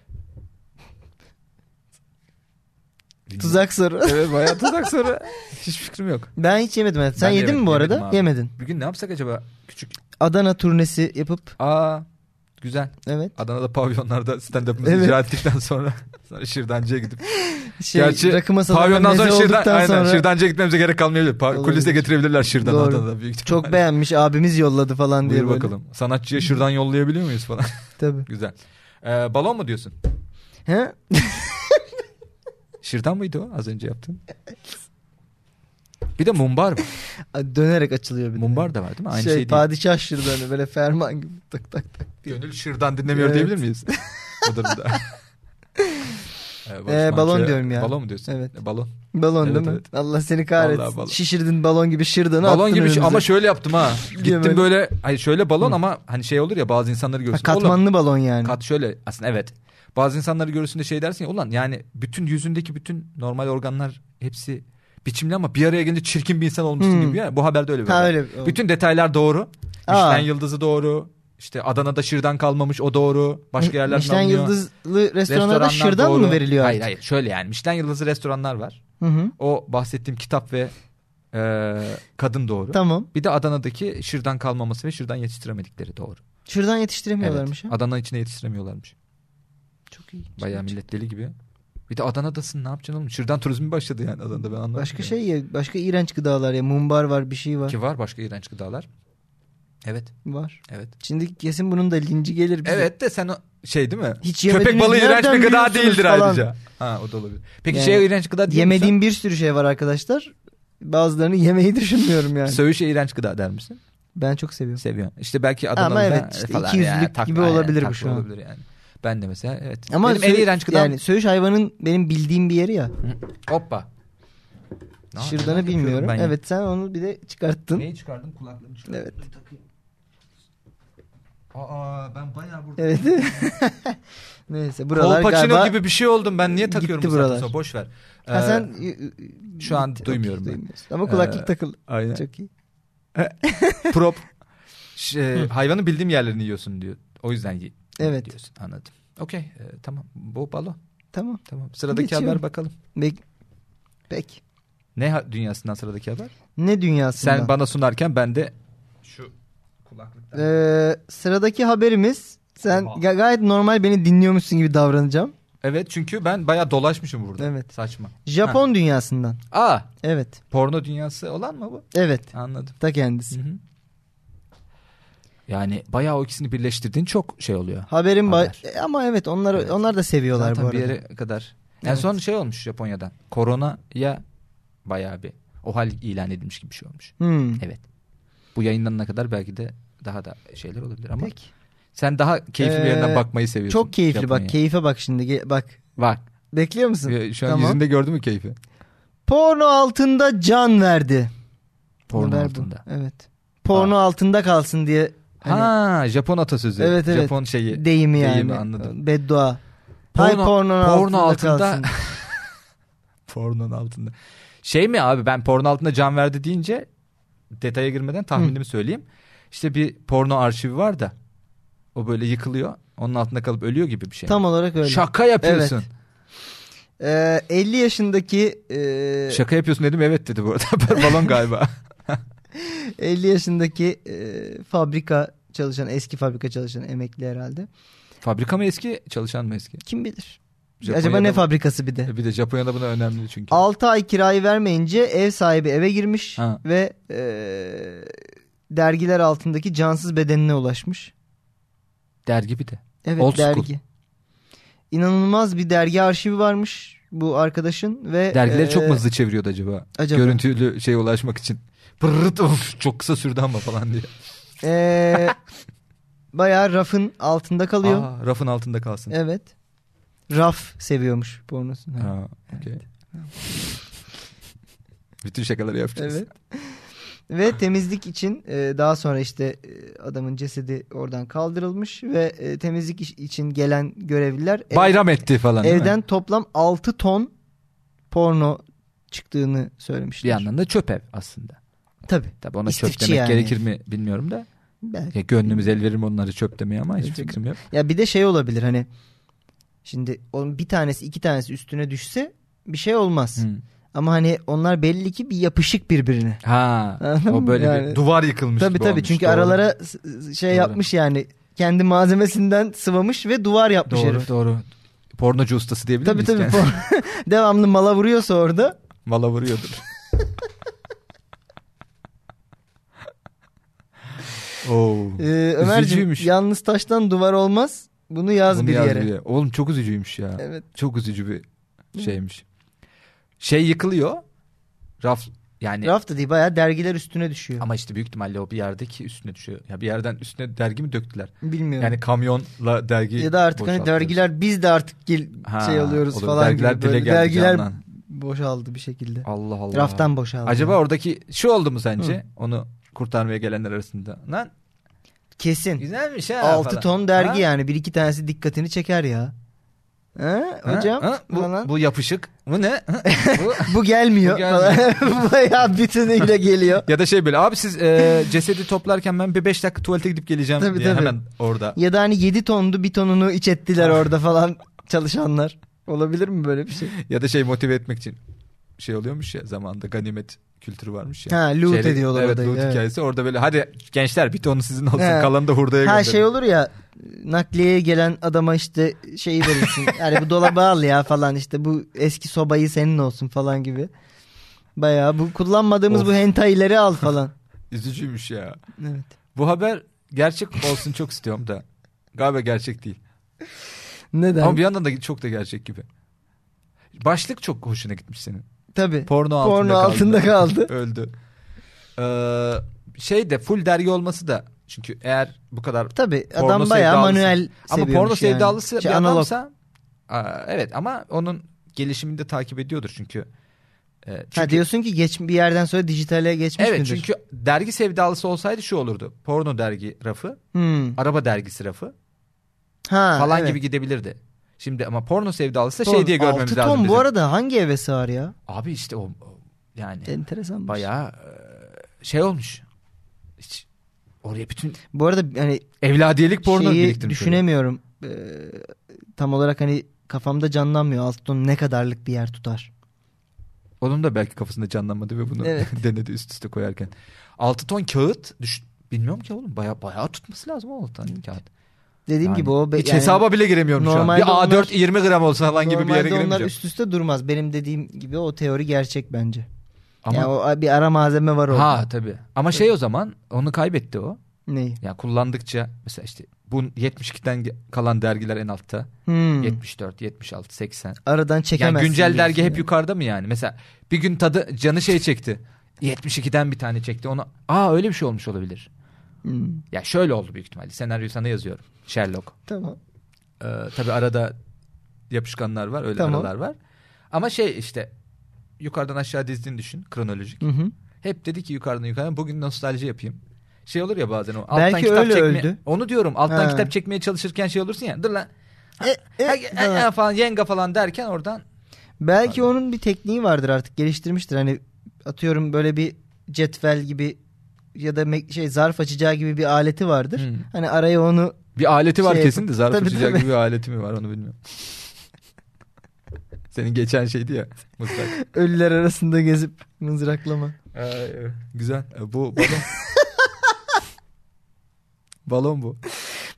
[SPEAKER 1] Tuzak soru.
[SPEAKER 2] Evet bayağı tuzak soru. Hiç fikrim yok.
[SPEAKER 1] Ben hiç yemedim. hayatım. Sen
[SPEAKER 2] Ben de
[SPEAKER 1] yedin mi
[SPEAKER 2] yemedim,
[SPEAKER 1] bu
[SPEAKER 2] yemedim
[SPEAKER 1] arada?
[SPEAKER 2] abi.
[SPEAKER 1] Yemedin.
[SPEAKER 2] Bir gün ne yapsak acaba? Küçük.
[SPEAKER 1] Adana turnesi yapıp
[SPEAKER 2] Aa güzel.
[SPEAKER 1] evet.
[SPEAKER 2] Adana'da pavyonlarda stand-up'ımızı
[SPEAKER 1] Evet.
[SPEAKER 2] icra ettikten sonra, sonra şırdancıya gidip
[SPEAKER 1] Şey,
[SPEAKER 2] Gerçi
[SPEAKER 1] rakı masalarına
[SPEAKER 2] Pavyondan
[SPEAKER 1] meze
[SPEAKER 2] sonra şırdan,
[SPEAKER 1] olduktan
[SPEAKER 2] aynen,
[SPEAKER 1] sonra
[SPEAKER 2] şırdancıya gitmemize gerek kalmayabilir. Pa-
[SPEAKER 1] Olabilir.
[SPEAKER 2] kulise getirebilirler şırdan
[SPEAKER 1] Doğru.
[SPEAKER 2] Adana'da büyük ihtimalle.
[SPEAKER 1] çok beğenmiş abimiz yolladı falan
[SPEAKER 2] Buyur
[SPEAKER 1] diye böyle.
[SPEAKER 2] bakalım. Sanatçıya şırdan yollayabiliyor muyuz falan.
[SPEAKER 1] Tabii.
[SPEAKER 2] Güzel. Ee, balon mu diyorsun?
[SPEAKER 1] He?
[SPEAKER 2] Şırdan mıydı o az önce yaptın? Bir de mumbar var.
[SPEAKER 1] Dönerek açılıyor bir de.
[SPEAKER 2] Mumbar da var değil mi? Aynı
[SPEAKER 1] şey,
[SPEAKER 2] şey, değil.
[SPEAKER 1] padişah şırdanı böyle ferman gibi tak tak tak.
[SPEAKER 2] Gönül şırdan dinlemiyor
[SPEAKER 1] Evet.
[SPEAKER 2] diyebilir miyiz? Bu durumda. Ee, Barış
[SPEAKER 1] Ee, balon
[SPEAKER 2] Manço'ya-
[SPEAKER 1] diyorum ya.
[SPEAKER 2] Balon mu diyorsun?
[SPEAKER 1] Evet.
[SPEAKER 2] Ee, Balon.
[SPEAKER 1] Balon
[SPEAKER 2] Evet,
[SPEAKER 1] değil mi?
[SPEAKER 2] evet.
[SPEAKER 1] Allah seni
[SPEAKER 2] Vallahi
[SPEAKER 1] kahretsin.
[SPEAKER 2] balon.
[SPEAKER 1] Şişirdin balon gibi şırdanı
[SPEAKER 2] Balon
[SPEAKER 1] attın
[SPEAKER 2] gibi
[SPEAKER 1] önümüze.
[SPEAKER 2] şey- ama şöyle yaptım ha.
[SPEAKER 1] böyle.
[SPEAKER 2] Gittim böyle hayır şöyle balon
[SPEAKER 1] Hı.
[SPEAKER 2] ama hani şey olur ya bazı insanları
[SPEAKER 1] Ha,
[SPEAKER 2] görürsün. Oğlum,
[SPEAKER 1] katmanlı balon yani.
[SPEAKER 2] Kat şöyle aslında evet. Bazı insanları görürsün de şey dersin ya ulan yani bütün yüzündeki bütün normal organlar hepsi biçimli ama bir araya gelince çirkin bir insan olmuşsun
[SPEAKER 1] Hmm.
[SPEAKER 2] gibi ya. Bu haberde öyle bir
[SPEAKER 1] ha
[SPEAKER 2] haber.
[SPEAKER 1] öyle.
[SPEAKER 2] Bütün detaylar doğru.
[SPEAKER 1] Aa.
[SPEAKER 2] Michelin yıldızı doğru. İşte Adana'da şırdan kalmamış o doğru. Başka yerlerden
[SPEAKER 1] Michelin
[SPEAKER 2] alınıyor.
[SPEAKER 1] yıldızlı restoranlarda
[SPEAKER 2] Restoranlar
[SPEAKER 1] şırdan mı
[SPEAKER 2] doğru.
[SPEAKER 1] veriliyor?
[SPEAKER 2] Hayır
[SPEAKER 1] artık?
[SPEAKER 2] hayır şöyle yani Michelin yıldızı restoranlar var.
[SPEAKER 1] Hı hı.
[SPEAKER 2] O bahsettiğim kitap ve e, kadın doğru.
[SPEAKER 1] Tamam.
[SPEAKER 2] Bir de Adana'daki şırdan kalmaması ve şırdan yetiştiremedikleri doğru.
[SPEAKER 1] Şırdan
[SPEAKER 2] Evet.
[SPEAKER 1] yetiştiremiyorlarmış ha.
[SPEAKER 2] Adana içine yetiştiremiyorlarmış.
[SPEAKER 1] Çok iyi.
[SPEAKER 2] Bayağı millet deli gibi. Bir de Adana'dasın ne yapacaksın oğlum? Şırdan turizmi başladı yani Adana'da ben anlamadım.
[SPEAKER 1] Başka
[SPEAKER 2] yani.
[SPEAKER 1] şey ya, başka iğrenç gıdalar ya. Mumbar var, bir şey var.
[SPEAKER 2] Ki var başka iğrenç gıdalar. Evet
[SPEAKER 1] Var.
[SPEAKER 2] evet.
[SPEAKER 1] Şimdi kesin bunun da linci gelir bize.
[SPEAKER 2] Evet de sen o şey değil mi?
[SPEAKER 1] Hiç
[SPEAKER 2] Köpek
[SPEAKER 1] yemediniz,
[SPEAKER 2] balığı iğrenç
[SPEAKER 1] nereden
[SPEAKER 2] bir gıda
[SPEAKER 1] biliyorsunuz
[SPEAKER 2] değildir
[SPEAKER 1] falan.
[SPEAKER 2] ayrıca. Ha o da olabilir. Peki
[SPEAKER 1] Yani
[SPEAKER 2] şey iğrenç gıda diyor musun?
[SPEAKER 1] Yemediğim bir sürü şey var arkadaşlar. Bazılarını yemeyi düşünmüyorum yani.
[SPEAKER 2] Söğüşe iğrenç gıda der misin?
[SPEAKER 1] Ben çok seviyorum.
[SPEAKER 2] Seviyorum. İşte belki Adanalı
[SPEAKER 1] Ama
[SPEAKER 2] da
[SPEAKER 1] evet, işte
[SPEAKER 2] falan
[SPEAKER 1] ikiyüzlülük
[SPEAKER 2] yani tak-
[SPEAKER 1] gibi
[SPEAKER 2] aynen,
[SPEAKER 1] olabilir bu
[SPEAKER 2] takla
[SPEAKER 1] şu an.
[SPEAKER 2] olabilir yani. Ben de mesela evet.
[SPEAKER 1] Ama
[SPEAKER 2] Benim en
[SPEAKER 1] söğüş-
[SPEAKER 2] iğrenç gıdam.
[SPEAKER 1] yani söğüş hayvanın benim bildiğim bir yeri ya.
[SPEAKER 2] Hoppa. Ne-
[SPEAKER 1] Şırdanı
[SPEAKER 2] ne
[SPEAKER 1] bilmiyorum.
[SPEAKER 2] yapıyorum ben ya?
[SPEAKER 1] Evet sen onu bir de çıkarttın.
[SPEAKER 2] Neyi çıkardım? Kulaklığımı çıkardım.
[SPEAKER 1] Evet.
[SPEAKER 2] Dur takayım. Aa ben bayağı burada.
[SPEAKER 1] Evet. Neyse buralar
[SPEAKER 2] Paul Pacino
[SPEAKER 1] galiba.
[SPEAKER 2] gibi bir şey oldum ben. Niye takıyorum
[SPEAKER 1] gitti
[SPEAKER 2] bu saatten
[SPEAKER 1] buralar.
[SPEAKER 2] sonra? Boş ver.
[SPEAKER 1] Ha,
[SPEAKER 2] Ee,
[SPEAKER 1] sen
[SPEAKER 2] şu an
[SPEAKER 1] Gitti,
[SPEAKER 2] duymuyorum
[SPEAKER 1] okey,
[SPEAKER 2] ben.
[SPEAKER 1] duymuyorsun. Ama kulaklık
[SPEAKER 2] Ee,
[SPEAKER 1] takıldı.
[SPEAKER 2] aynen.
[SPEAKER 1] Çok iyi.
[SPEAKER 2] prop şey, hayvanın bildiğim yerlerini yiyorsun diyor. O yüzden ye.
[SPEAKER 1] Evet.
[SPEAKER 2] Diyorsun. Anladım. Okey. e, tamam. Bu balo.
[SPEAKER 1] Tamam.
[SPEAKER 2] Tamam. Sıradaki
[SPEAKER 1] Geçiyorum.
[SPEAKER 2] haber bakalım.
[SPEAKER 1] Bek. Peki.
[SPEAKER 2] Ne ha- dünyasından sıradaki haber?
[SPEAKER 1] Ne dünyasında?
[SPEAKER 2] Sen bana sunarken ben de şu kulaklıktan.
[SPEAKER 1] Ee, sıradaki haberimiz sen
[SPEAKER 2] Oha.
[SPEAKER 1] ga- gayet normal beni dinliyormuşsun gibi davranacağım.
[SPEAKER 2] Evet çünkü ben bayağı dolaşmışım burada.
[SPEAKER 1] Evet.
[SPEAKER 2] Saçma.
[SPEAKER 1] Japon dünyasından.
[SPEAKER 2] Aa
[SPEAKER 1] Evet.
[SPEAKER 2] porno dünyası olan mı bu?
[SPEAKER 1] Evet.
[SPEAKER 2] Anladım.
[SPEAKER 1] Ta kendisi.
[SPEAKER 2] Hı hı. Yani bayağı o ikisini birleştirdiğin çok şey oluyor.
[SPEAKER 1] Haberin ba-
[SPEAKER 2] Haber.
[SPEAKER 1] E, ama evet onlar
[SPEAKER 2] Evet.
[SPEAKER 1] onlar da seviyorlar
[SPEAKER 2] Zaten
[SPEAKER 1] bu arada.
[SPEAKER 2] bir yere kadar. En
[SPEAKER 1] Evet.
[SPEAKER 2] son şey olmuş Japonya'dan. Korona'ya bayağı bir o hal ilan edilmiş gibi bir şey olmuş.
[SPEAKER 1] Hmm.
[SPEAKER 2] Evet. Bu yayınlanana kadar belki de daha da şeyler olabilir ama.
[SPEAKER 1] Peki.
[SPEAKER 2] Sen daha keyifli bir
[SPEAKER 1] Ee,
[SPEAKER 2] yerden bakmayı seviyorsun.
[SPEAKER 1] Çok keyifli
[SPEAKER 2] Japonya'ya.
[SPEAKER 1] bak. Keyfe bak şimdi. Ge- bak.
[SPEAKER 2] Bak.
[SPEAKER 1] Bekliyor musun?
[SPEAKER 2] e, Şu an
[SPEAKER 1] Tamam.
[SPEAKER 2] yüzünde gördün mü keyfi?
[SPEAKER 1] Porno altında can verdi.
[SPEAKER 2] Porno
[SPEAKER 1] Haber bu.
[SPEAKER 2] altında.
[SPEAKER 1] Evet. Porno altında kalsın diye Hani-
[SPEAKER 2] Ha Japon atasözü.
[SPEAKER 1] Evet, evet.
[SPEAKER 2] Japon şeyi.
[SPEAKER 1] deyimi yani.
[SPEAKER 2] Deyimi anladım.
[SPEAKER 1] Beddua. Hay
[SPEAKER 2] Porno-
[SPEAKER 1] pornonun
[SPEAKER 2] porno
[SPEAKER 1] altında,
[SPEAKER 2] altında-
[SPEAKER 1] kalsın.
[SPEAKER 2] Pornonun altında. Şey mi abi ben porno altında can verdi deyince detaya girmeden tahminimi söyleyeyim. İşte bir porno arşivi var da o böyle yıkılıyor. Onun altında kalıp ölüyor gibi bir şey.
[SPEAKER 1] Tam olarak öyle.
[SPEAKER 2] Şaka yapıyorsun.
[SPEAKER 1] Ee, 50 yaşındaki e,
[SPEAKER 2] Şaka yapıyorsun dedim evet dedi bu arada. Balon galiba.
[SPEAKER 1] 50 yaşındaki e, fabrika çalışan eski fabrika çalışan emekli herhalde.
[SPEAKER 2] Fabrika mı eski çalışan mı eski?
[SPEAKER 1] Kim bilir.
[SPEAKER 2] Japonya'da
[SPEAKER 1] Acaba ne
[SPEAKER 2] mı?
[SPEAKER 1] fabrikası bir de.
[SPEAKER 2] Bir de Japonya'da buna önemli çünkü.
[SPEAKER 1] 6 ay kirayı vermeyince ev sahibi eve girmiş
[SPEAKER 2] Ha.
[SPEAKER 1] ve e, dergiler altındaki cansız bedenine ulaşmış.
[SPEAKER 2] Dergi bir de.
[SPEAKER 1] Evet
[SPEAKER 2] Old school.
[SPEAKER 1] dergi. İnanılmaz bir dergi arşivi varmış bu arkadaşın ve
[SPEAKER 2] Dergileri çok mu
[SPEAKER 1] e,
[SPEAKER 2] hızlı çeviriyordu acaba?
[SPEAKER 1] acaba?
[SPEAKER 2] Görüntülü şeye ulaşmak için. Pırrrt of, çok kısa sürdü ama falan diye.
[SPEAKER 1] e, bayağı rafın altında kalıyor.
[SPEAKER 2] Aa, rafın altında kalsın.
[SPEAKER 1] Evet. Raf seviyormuş pornosunu.
[SPEAKER 2] Ha, okey. Bütün şakaları yapacağız.
[SPEAKER 1] Evet. Ve temizlik için e, daha sonra işte e, adamın cesedi oradan kaldırılmış ve e, temizlik iş- için gelen görevliler ev-
[SPEAKER 2] Bayram etti falan. değil mi?
[SPEAKER 1] evden toplam 6 ton porno çıktığını
[SPEAKER 2] bir
[SPEAKER 1] söylemişler.
[SPEAKER 2] yandan da çöp ev aslında.
[SPEAKER 1] Tabii.
[SPEAKER 2] Tabii ona çöp
[SPEAKER 1] İstifçi
[SPEAKER 2] demek
[SPEAKER 1] yani.
[SPEAKER 2] gerekir mi bilmiyorum da.
[SPEAKER 1] Belki.
[SPEAKER 2] Ya gönlümüz el verir mi onları çöp demeye ama hiç
[SPEAKER 1] Bence de.
[SPEAKER 2] fikrim yok.
[SPEAKER 1] Ya bir de şey olabilir hani şimdi onun bir tanesi iki tanesi üstüne düşse bir şey olmaz.
[SPEAKER 2] Hı.
[SPEAKER 1] Ama hani onlar belli ki bir yapışık birbirine.
[SPEAKER 2] Ha.
[SPEAKER 1] Anladın
[SPEAKER 2] o
[SPEAKER 1] mı?
[SPEAKER 2] böyle bir
[SPEAKER 1] Yani-
[SPEAKER 2] duvar yıkılmış
[SPEAKER 1] Tabii
[SPEAKER 2] gibi
[SPEAKER 1] tabii
[SPEAKER 2] olmuş.
[SPEAKER 1] çünkü
[SPEAKER 2] Doğru.
[SPEAKER 1] aralara s- s- şey
[SPEAKER 2] Doğru.
[SPEAKER 1] yapmış yani kendi malzemesinden sıvamış ve duvar yapmış
[SPEAKER 2] Doğru
[SPEAKER 1] herif.
[SPEAKER 2] doğru. Pornocu ustası diyebilir
[SPEAKER 1] Tabii
[SPEAKER 2] miyiz?
[SPEAKER 1] tabii
[SPEAKER 2] kendisine?
[SPEAKER 1] por- devamlı mala vuruyorsa orada
[SPEAKER 2] Mala vuruyordur. Oo.
[SPEAKER 1] e, Ömerciğim
[SPEAKER 2] Üzücüymüş.
[SPEAKER 1] yalnız taştan duvar olmaz bunu yaz
[SPEAKER 2] Bunu
[SPEAKER 1] bir
[SPEAKER 2] yaz
[SPEAKER 1] yere.
[SPEAKER 2] bir yere. Oğlum çok üzücüymüş ya.
[SPEAKER 1] Evet
[SPEAKER 2] Çok üzücü bir şeymiş. Şey yıkılıyor. Raf yani
[SPEAKER 1] raf da değil bayağı dergiler üstüne düşüyor.
[SPEAKER 2] Hani- ama işte büyük ihtimalle o bir yerdeki üstüne düşüyor. Ya bir yerden üstüne dergi mi döktüler?
[SPEAKER 1] Bilmiyorum.
[SPEAKER 2] Yani kamyonla dergi
[SPEAKER 1] ya da artık hani
[SPEAKER 2] boşalttılar.
[SPEAKER 1] dergiler biz de artık gel-
[SPEAKER 2] Ha,
[SPEAKER 1] şey alıyoruz
[SPEAKER 2] olabilir.
[SPEAKER 1] falan
[SPEAKER 2] dergiler
[SPEAKER 1] gibi.
[SPEAKER 2] dile
[SPEAKER 1] Böyle
[SPEAKER 2] geldi
[SPEAKER 1] dergiler
[SPEAKER 2] candan.
[SPEAKER 1] boşaldı bir şekilde.
[SPEAKER 2] Allah Allah.
[SPEAKER 1] Raftan boşaldı.
[SPEAKER 2] Acaba
[SPEAKER 1] yani.
[SPEAKER 2] oradaki şu oldu mu sence? Onu kurtarmaya gelenler arasında. Lan
[SPEAKER 1] kesin.
[SPEAKER 2] güzelmiş ha.
[SPEAKER 1] 6
[SPEAKER 2] falan.
[SPEAKER 1] ton dergi
[SPEAKER 2] Ha?
[SPEAKER 1] yani bir iki tanesi dikkatini çeker ya. Ha,
[SPEAKER 2] Ha?
[SPEAKER 1] hocam
[SPEAKER 2] Ha? Bu,
[SPEAKER 1] falan.
[SPEAKER 2] bu yapışık. Bu ne? Ha? bu.
[SPEAKER 1] Bu gelmiyor.
[SPEAKER 2] Bu gelmiyor.
[SPEAKER 1] falan. Bayağı bütünüyle geliyor.
[SPEAKER 2] Ya da şey böyle abi siz e, cesedi toplarken ben bir 5 dakika tuvalete gidip geleceğim
[SPEAKER 1] Tabii,
[SPEAKER 2] diye
[SPEAKER 1] tabii.
[SPEAKER 2] hemen orada.
[SPEAKER 1] Ya da hani 7 tondu bir tonunu iç ettiler orada falan çalışanlar. Olabilir mi böyle bir şey?
[SPEAKER 2] Ya da şey motive etmek için şey oluyormuş ya zamanında ganimet kültürü varmış ya.
[SPEAKER 1] Ha, loot
[SPEAKER 2] Şeyleri-
[SPEAKER 1] ediyorlar
[SPEAKER 2] evet,
[SPEAKER 1] odayı,
[SPEAKER 2] Loot
[SPEAKER 1] evet.
[SPEAKER 2] hikayesi orada böyle hadi gençler bir tonu sizin olsun
[SPEAKER 1] He.
[SPEAKER 2] kalanı da hurdaya gönderin.
[SPEAKER 1] Her şey olur ya nakliyeye gelen adama işte şeyi verirsin. yani bu dolabı al ya falan işte bu eski sobayı senin olsun falan gibi. Bayağı bu kullanmadığımız
[SPEAKER 2] Of.
[SPEAKER 1] bu hentaileri al falan.
[SPEAKER 2] Üzücüymüş ya.
[SPEAKER 1] Evet.
[SPEAKER 2] Bu haber gerçek olsun çok istiyorum da. Galiba gerçek değil.
[SPEAKER 1] Neden?
[SPEAKER 2] Ama bir yandan da çok da gerçek gibi. Başlık çok hoşuna gitmiş senin.
[SPEAKER 1] Tabii.
[SPEAKER 2] Porno altında
[SPEAKER 1] Porno altında kaldı.
[SPEAKER 2] Öldü. Ee, şey de full dergi olması da çünkü eğer bu kadar
[SPEAKER 1] Tabii
[SPEAKER 2] Porno
[SPEAKER 1] adam bayağı
[SPEAKER 2] sevdalısı.
[SPEAKER 1] manuel
[SPEAKER 2] ama
[SPEAKER 1] seviyormuş
[SPEAKER 2] porno
[SPEAKER 1] yani.
[SPEAKER 2] sevdalısı
[SPEAKER 1] Şey,
[SPEAKER 2] bir
[SPEAKER 1] analog.
[SPEAKER 2] adamsa Aa, evet ama onun gelişimini de takip ediyordur çünkü. Ee, çünkü-
[SPEAKER 1] Ha diyorsun ki geç bir yerden sonra dijitale geçmiş
[SPEAKER 2] evet
[SPEAKER 1] midir?
[SPEAKER 2] çünkü dergi sevdalısı olsaydı şu olurdu. Porno dergi rafı,
[SPEAKER 1] Hmm.
[SPEAKER 2] araba dergisi rafı
[SPEAKER 1] Ha,
[SPEAKER 2] falan
[SPEAKER 1] evet.
[SPEAKER 2] gibi gidebilirdi. Şimdi ama porno sevdalısı da
[SPEAKER 1] Ton,
[SPEAKER 2] şey diye görmemiz
[SPEAKER 1] altı
[SPEAKER 2] lazım.
[SPEAKER 1] ton
[SPEAKER 2] bizim.
[SPEAKER 1] bu arada hangi eve sığar ya?
[SPEAKER 2] Abi işte o o- yani
[SPEAKER 1] Enteresan. Bayağı.
[SPEAKER 2] bayağı e, şey olmuş. Hiç oraya bütün
[SPEAKER 1] Bu arada hani
[SPEAKER 2] evladiyelik porno
[SPEAKER 1] şeyi
[SPEAKER 2] biriktirmiş. oraya.
[SPEAKER 1] düşünemiyorum. Ee, tam olarak hani kafamda canlanmıyor altı ton ne kadarlık bir yer tutar.
[SPEAKER 2] Onun da belki kafasında canlanmadı ve bunu
[SPEAKER 1] Evet.
[SPEAKER 2] denedi üst üste koyarken. 6 ton kağıt düş bilmiyorum ki oğlum baya bayağı tutması lazım o 6 ton kağıt.
[SPEAKER 1] Dediğim
[SPEAKER 2] Yani
[SPEAKER 1] gibi o be-
[SPEAKER 2] hiç
[SPEAKER 1] yani
[SPEAKER 2] hesaba bile giremiyorum şu an.
[SPEAKER 1] normalde
[SPEAKER 2] Bir A4
[SPEAKER 1] onlar-
[SPEAKER 2] 20 gram olsa falan gibi bir yere
[SPEAKER 1] normalde onlar
[SPEAKER 2] giremeyeceğim.
[SPEAKER 1] üst üste durmaz. Benim dediğim gibi o teori gerçek bence.
[SPEAKER 2] Ama
[SPEAKER 1] Yani o bir ara malzeme var orada.
[SPEAKER 2] ha tabii. Ama şey o zaman onu kaybetti o.
[SPEAKER 1] Neyi?
[SPEAKER 2] Ya kullandıkça mesela işte bu 72'den ge- kalan dergiler en altta.
[SPEAKER 1] Hmm.
[SPEAKER 2] 74, 76, 80.
[SPEAKER 1] Aradan çekemezsin.
[SPEAKER 2] Yani güncel
[SPEAKER 1] diyorsun
[SPEAKER 2] dergi hep
[SPEAKER 1] yani.
[SPEAKER 2] yukarıda mı yani? Mesela bir gün tadı canı şey çekti. 72'den bir tane çekti. Ona aa öyle bir şey olmuş olabilir.
[SPEAKER 1] Hmm.
[SPEAKER 2] Ya şöyle oldu büyük ihtimalle. Senaryoyu sana yazıyorum. Sherlock.
[SPEAKER 1] Tamam.
[SPEAKER 2] Ee, tabii arada yapışkanlar var. Öyle
[SPEAKER 1] Tamam.
[SPEAKER 2] aralar var. Ama şey işte yukarıdan aşağı dizdiğini düşün. Kronolojik.
[SPEAKER 1] Hı hı.
[SPEAKER 2] Hep dedi ki yukarıdan yukarıdan bugün nostalji yapayım. Şey olur ya bazen o alttan
[SPEAKER 1] Belki
[SPEAKER 2] kitap
[SPEAKER 1] öyle
[SPEAKER 2] çekme.
[SPEAKER 1] öldü.
[SPEAKER 2] Onu diyorum alttan
[SPEAKER 1] Ha.
[SPEAKER 2] kitap çekmeye çalışırken şey olursun ya. Dur lan.
[SPEAKER 1] E, e,
[SPEAKER 2] Ha, ha,
[SPEAKER 1] falan.
[SPEAKER 2] ha falan yenga falan derken oradan
[SPEAKER 1] Belki onun bir tekniği vardır artık geliştirmiştir. Hani atıyorum böyle bir cetvel gibi ya da me- şey zarf açacağı gibi bir aleti vardır.
[SPEAKER 2] Hmm.
[SPEAKER 1] Hani araya onu
[SPEAKER 2] bir aleti var
[SPEAKER 1] Şey-
[SPEAKER 2] kesin de zarf
[SPEAKER 1] Tabii,
[SPEAKER 2] açacak
[SPEAKER 1] tabii.
[SPEAKER 2] gibi bir aleti mi var onu bilmiyorum. Senin geçen şeydi ya mızrak.
[SPEAKER 1] ölüler arasında gezip mızraklama.
[SPEAKER 2] Ee, güzel. Ee, Bu balon. balon bu.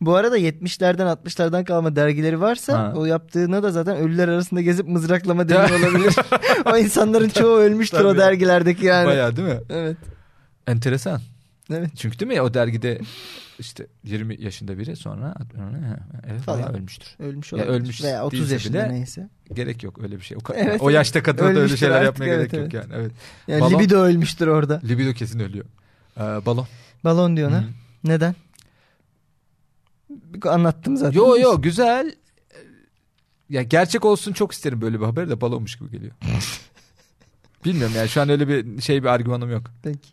[SPEAKER 1] Bu arada 70'lerden 60'lardan kalma dergileri varsa
[SPEAKER 2] Ha.
[SPEAKER 1] o yaptığına da zaten ölüler arasında gezip mızraklama deniyor olabilir. o insanların çoğu ölmüştür o
[SPEAKER 2] Tabii.
[SPEAKER 1] dergilerdeki yani.
[SPEAKER 2] Bayağı değil mi?
[SPEAKER 1] Evet.
[SPEAKER 2] Enteresan.
[SPEAKER 1] Evet.
[SPEAKER 2] Çünkü değil mi o dergide işte 20 yaşında biri sonra evet
[SPEAKER 1] Falan.
[SPEAKER 2] bayağı ölmüştür.
[SPEAKER 1] Ölmüş
[SPEAKER 2] Ya
[SPEAKER 1] olabilir.
[SPEAKER 2] ölmüş
[SPEAKER 1] Veya 30
[SPEAKER 2] değilse
[SPEAKER 1] yaşında
[SPEAKER 2] bile-
[SPEAKER 1] neyse.
[SPEAKER 2] Gerek yok öyle bir şey. O, ka-
[SPEAKER 1] Evet,
[SPEAKER 2] o yaşta kadına da öyle
[SPEAKER 1] Ölmüştür
[SPEAKER 2] şeyler
[SPEAKER 1] artık,
[SPEAKER 2] yapmaya
[SPEAKER 1] evet,
[SPEAKER 2] gerek yok yani. Evet.
[SPEAKER 1] Yani
[SPEAKER 2] Balon-
[SPEAKER 1] libido ölmüştür orada.
[SPEAKER 2] Libido kesin ölüyor. Ee, balon.
[SPEAKER 1] Balon diyor ona.
[SPEAKER 2] Hı.
[SPEAKER 1] Neden? Anlattım zaten.
[SPEAKER 2] Yo yo güzel. Ee, Ya gerçek olsun çok isterim böyle bir haber de balonmuş gibi geliyor. Bilmiyorum yani şu an öyle bir şey bir argümanım yok.
[SPEAKER 1] Peki.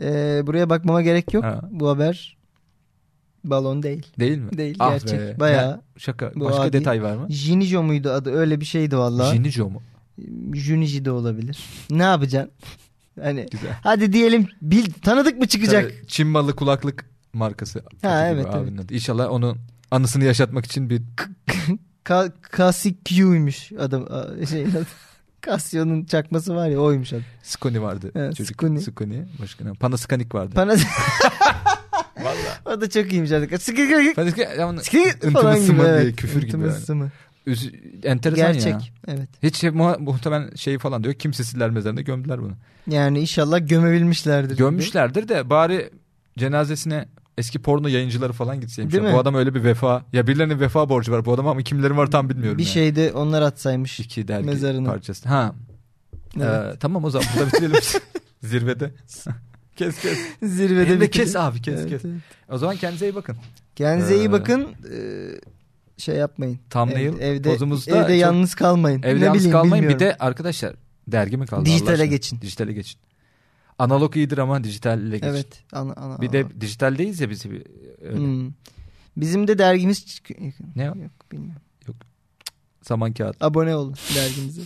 [SPEAKER 1] Ee, buraya bakmama gerek yok.
[SPEAKER 2] Ha.
[SPEAKER 1] Bu haber balon değil.
[SPEAKER 2] Değil mi?
[SPEAKER 1] Değil
[SPEAKER 2] Ah
[SPEAKER 1] gerçek.
[SPEAKER 2] be.
[SPEAKER 1] Bayağı.
[SPEAKER 2] Şaka.
[SPEAKER 1] Bu
[SPEAKER 2] Başka
[SPEAKER 1] adi.
[SPEAKER 2] detay var mı?
[SPEAKER 1] Jinijo muydu adı? Öyle bir şeydi valla.
[SPEAKER 2] Jinico mu?
[SPEAKER 1] Junici de olabilir. Ne yapacaksın? Hani
[SPEAKER 2] Güzel.
[SPEAKER 1] hadi diyelim bil tanıdık mı çıkacak?
[SPEAKER 2] Tabii, Çin malı kulaklık markası.
[SPEAKER 1] Ha,
[SPEAKER 2] Gibi
[SPEAKER 1] evet,
[SPEAKER 2] abinin adı. İnşallah onun anısını yaşatmak için bir
[SPEAKER 1] Ka Kasikyu'ymuş adam a- şeyin adı. Kasyon'un çakması var ya oymuş adı.
[SPEAKER 2] Skoni vardı.
[SPEAKER 1] Evet,
[SPEAKER 2] Çocuk
[SPEAKER 1] Skuni.
[SPEAKER 2] Skoni. Başka ne? Panaskanik vardı.
[SPEAKER 1] Bana o da çok iyiymiş artık. Skikik.
[SPEAKER 2] Panaskanik ama
[SPEAKER 1] Skikik
[SPEAKER 2] Intımı
[SPEAKER 1] falan gibi.
[SPEAKER 2] sımı diye
[SPEAKER 1] Evet.
[SPEAKER 2] küfür gibi
[SPEAKER 1] Intımı
[SPEAKER 2] yani.
[SPEAKER 1] sımı.
[SPEAKER 2] üz- enteresan
[SPEAKER 1] Gerçek.
[SPEAKER 2] ya.
[SPEAKER 1] Evet.
[SPEAKER 2] Hiç şey, muha- muhtemelen şey falan diyor. Kimsesizler mezarında gömdüler bunu.
[SPEAKER 1] Yani inşallah gömebilmişlerdir.
[SPEAKER 2] Gömmüşlerdir de bari cenazesine eski porno yayıncıları falan gitseymiş.
[SPEAKER 1] Değil
[SPEAKER 2] Ya,
[SPEAKER 1] mi?
[SPEAKER 2] Bu adam öyle bir vefa. Ya birilerinin vefa borcu var bu adama ama kimlerin var tam bilmiyorum.
[SPEAKER 1] Bir şey
[SPEAKER 2] yani.
[SPEAKER 1] şeyde onlar atsaymış.
[SPEAKER 2] İki dergi
[SPEAKER 1] Mezarına.
[SPEAKER 2] parçası. Ha.
[SPEAKER 1] Evet.
[SPEAKER 2] Ee, tamam o zaman burada bitirelim. Zirvede. kes kes.
[SPEAKER 1] Zirvede
[SPEAKER 2] Hem de
[SPEAKER 1] bir
[SPEAKER 2] kes abi kes
[SPEAKER 1] Evet,
[SPEAKER 2] kes.
[SPEAKER 1] evet.
[SPEAKER 2] O zaman kendinize iyi bakın.
[SPEAKER 1] Kendinize iyi
[SPEAKER 2] Ee,
[SPEAKER 1] bakın. Ee, şey yapmayın.
[SPEAKER 2] Thumbnail
[SPEAKER 1] Evde, evde,
[SPEAKER 2] pozumuzda
[SPEAKER 1] evde
[SPEAKER 2] çok-
[SPEAKER 1] yalnız kalmayın.
[SPEAKER 2] Evde
[SPEAKER 1] ne
[SPEAKER 2] yalnız
[SPEAKER 1] bileyim,
[SPEAKER 2] kalmayın.
[SPEAKER 1] bilmiyorum.
[SPEAKER 2] Bir de arkadaşlar dergi mi kaldı?
[SPEAKER 1] Dijitale
[SPEAKER 2] Allah aşkına?
[SPEAKER 1] geçin.
[SPEAKER 2] Dijitale geçin. Analog iyidir ama dijitalle geçin.
[SPEAKER 1] Evet. ana- ana-
[SPEAKER 2] Bir de dijitaldeyiz ya biz. bir- e, öyle.
[SPEAKER 1] Hmm. Bizim de dergimiz çık-
[SPEAKER 2] Ne o?
[SPEAKER 1] Yok bilmiyorum.
[SPEAKER 2] Saman kağıt.
[SPEAKER 1] Abone olun dergimize.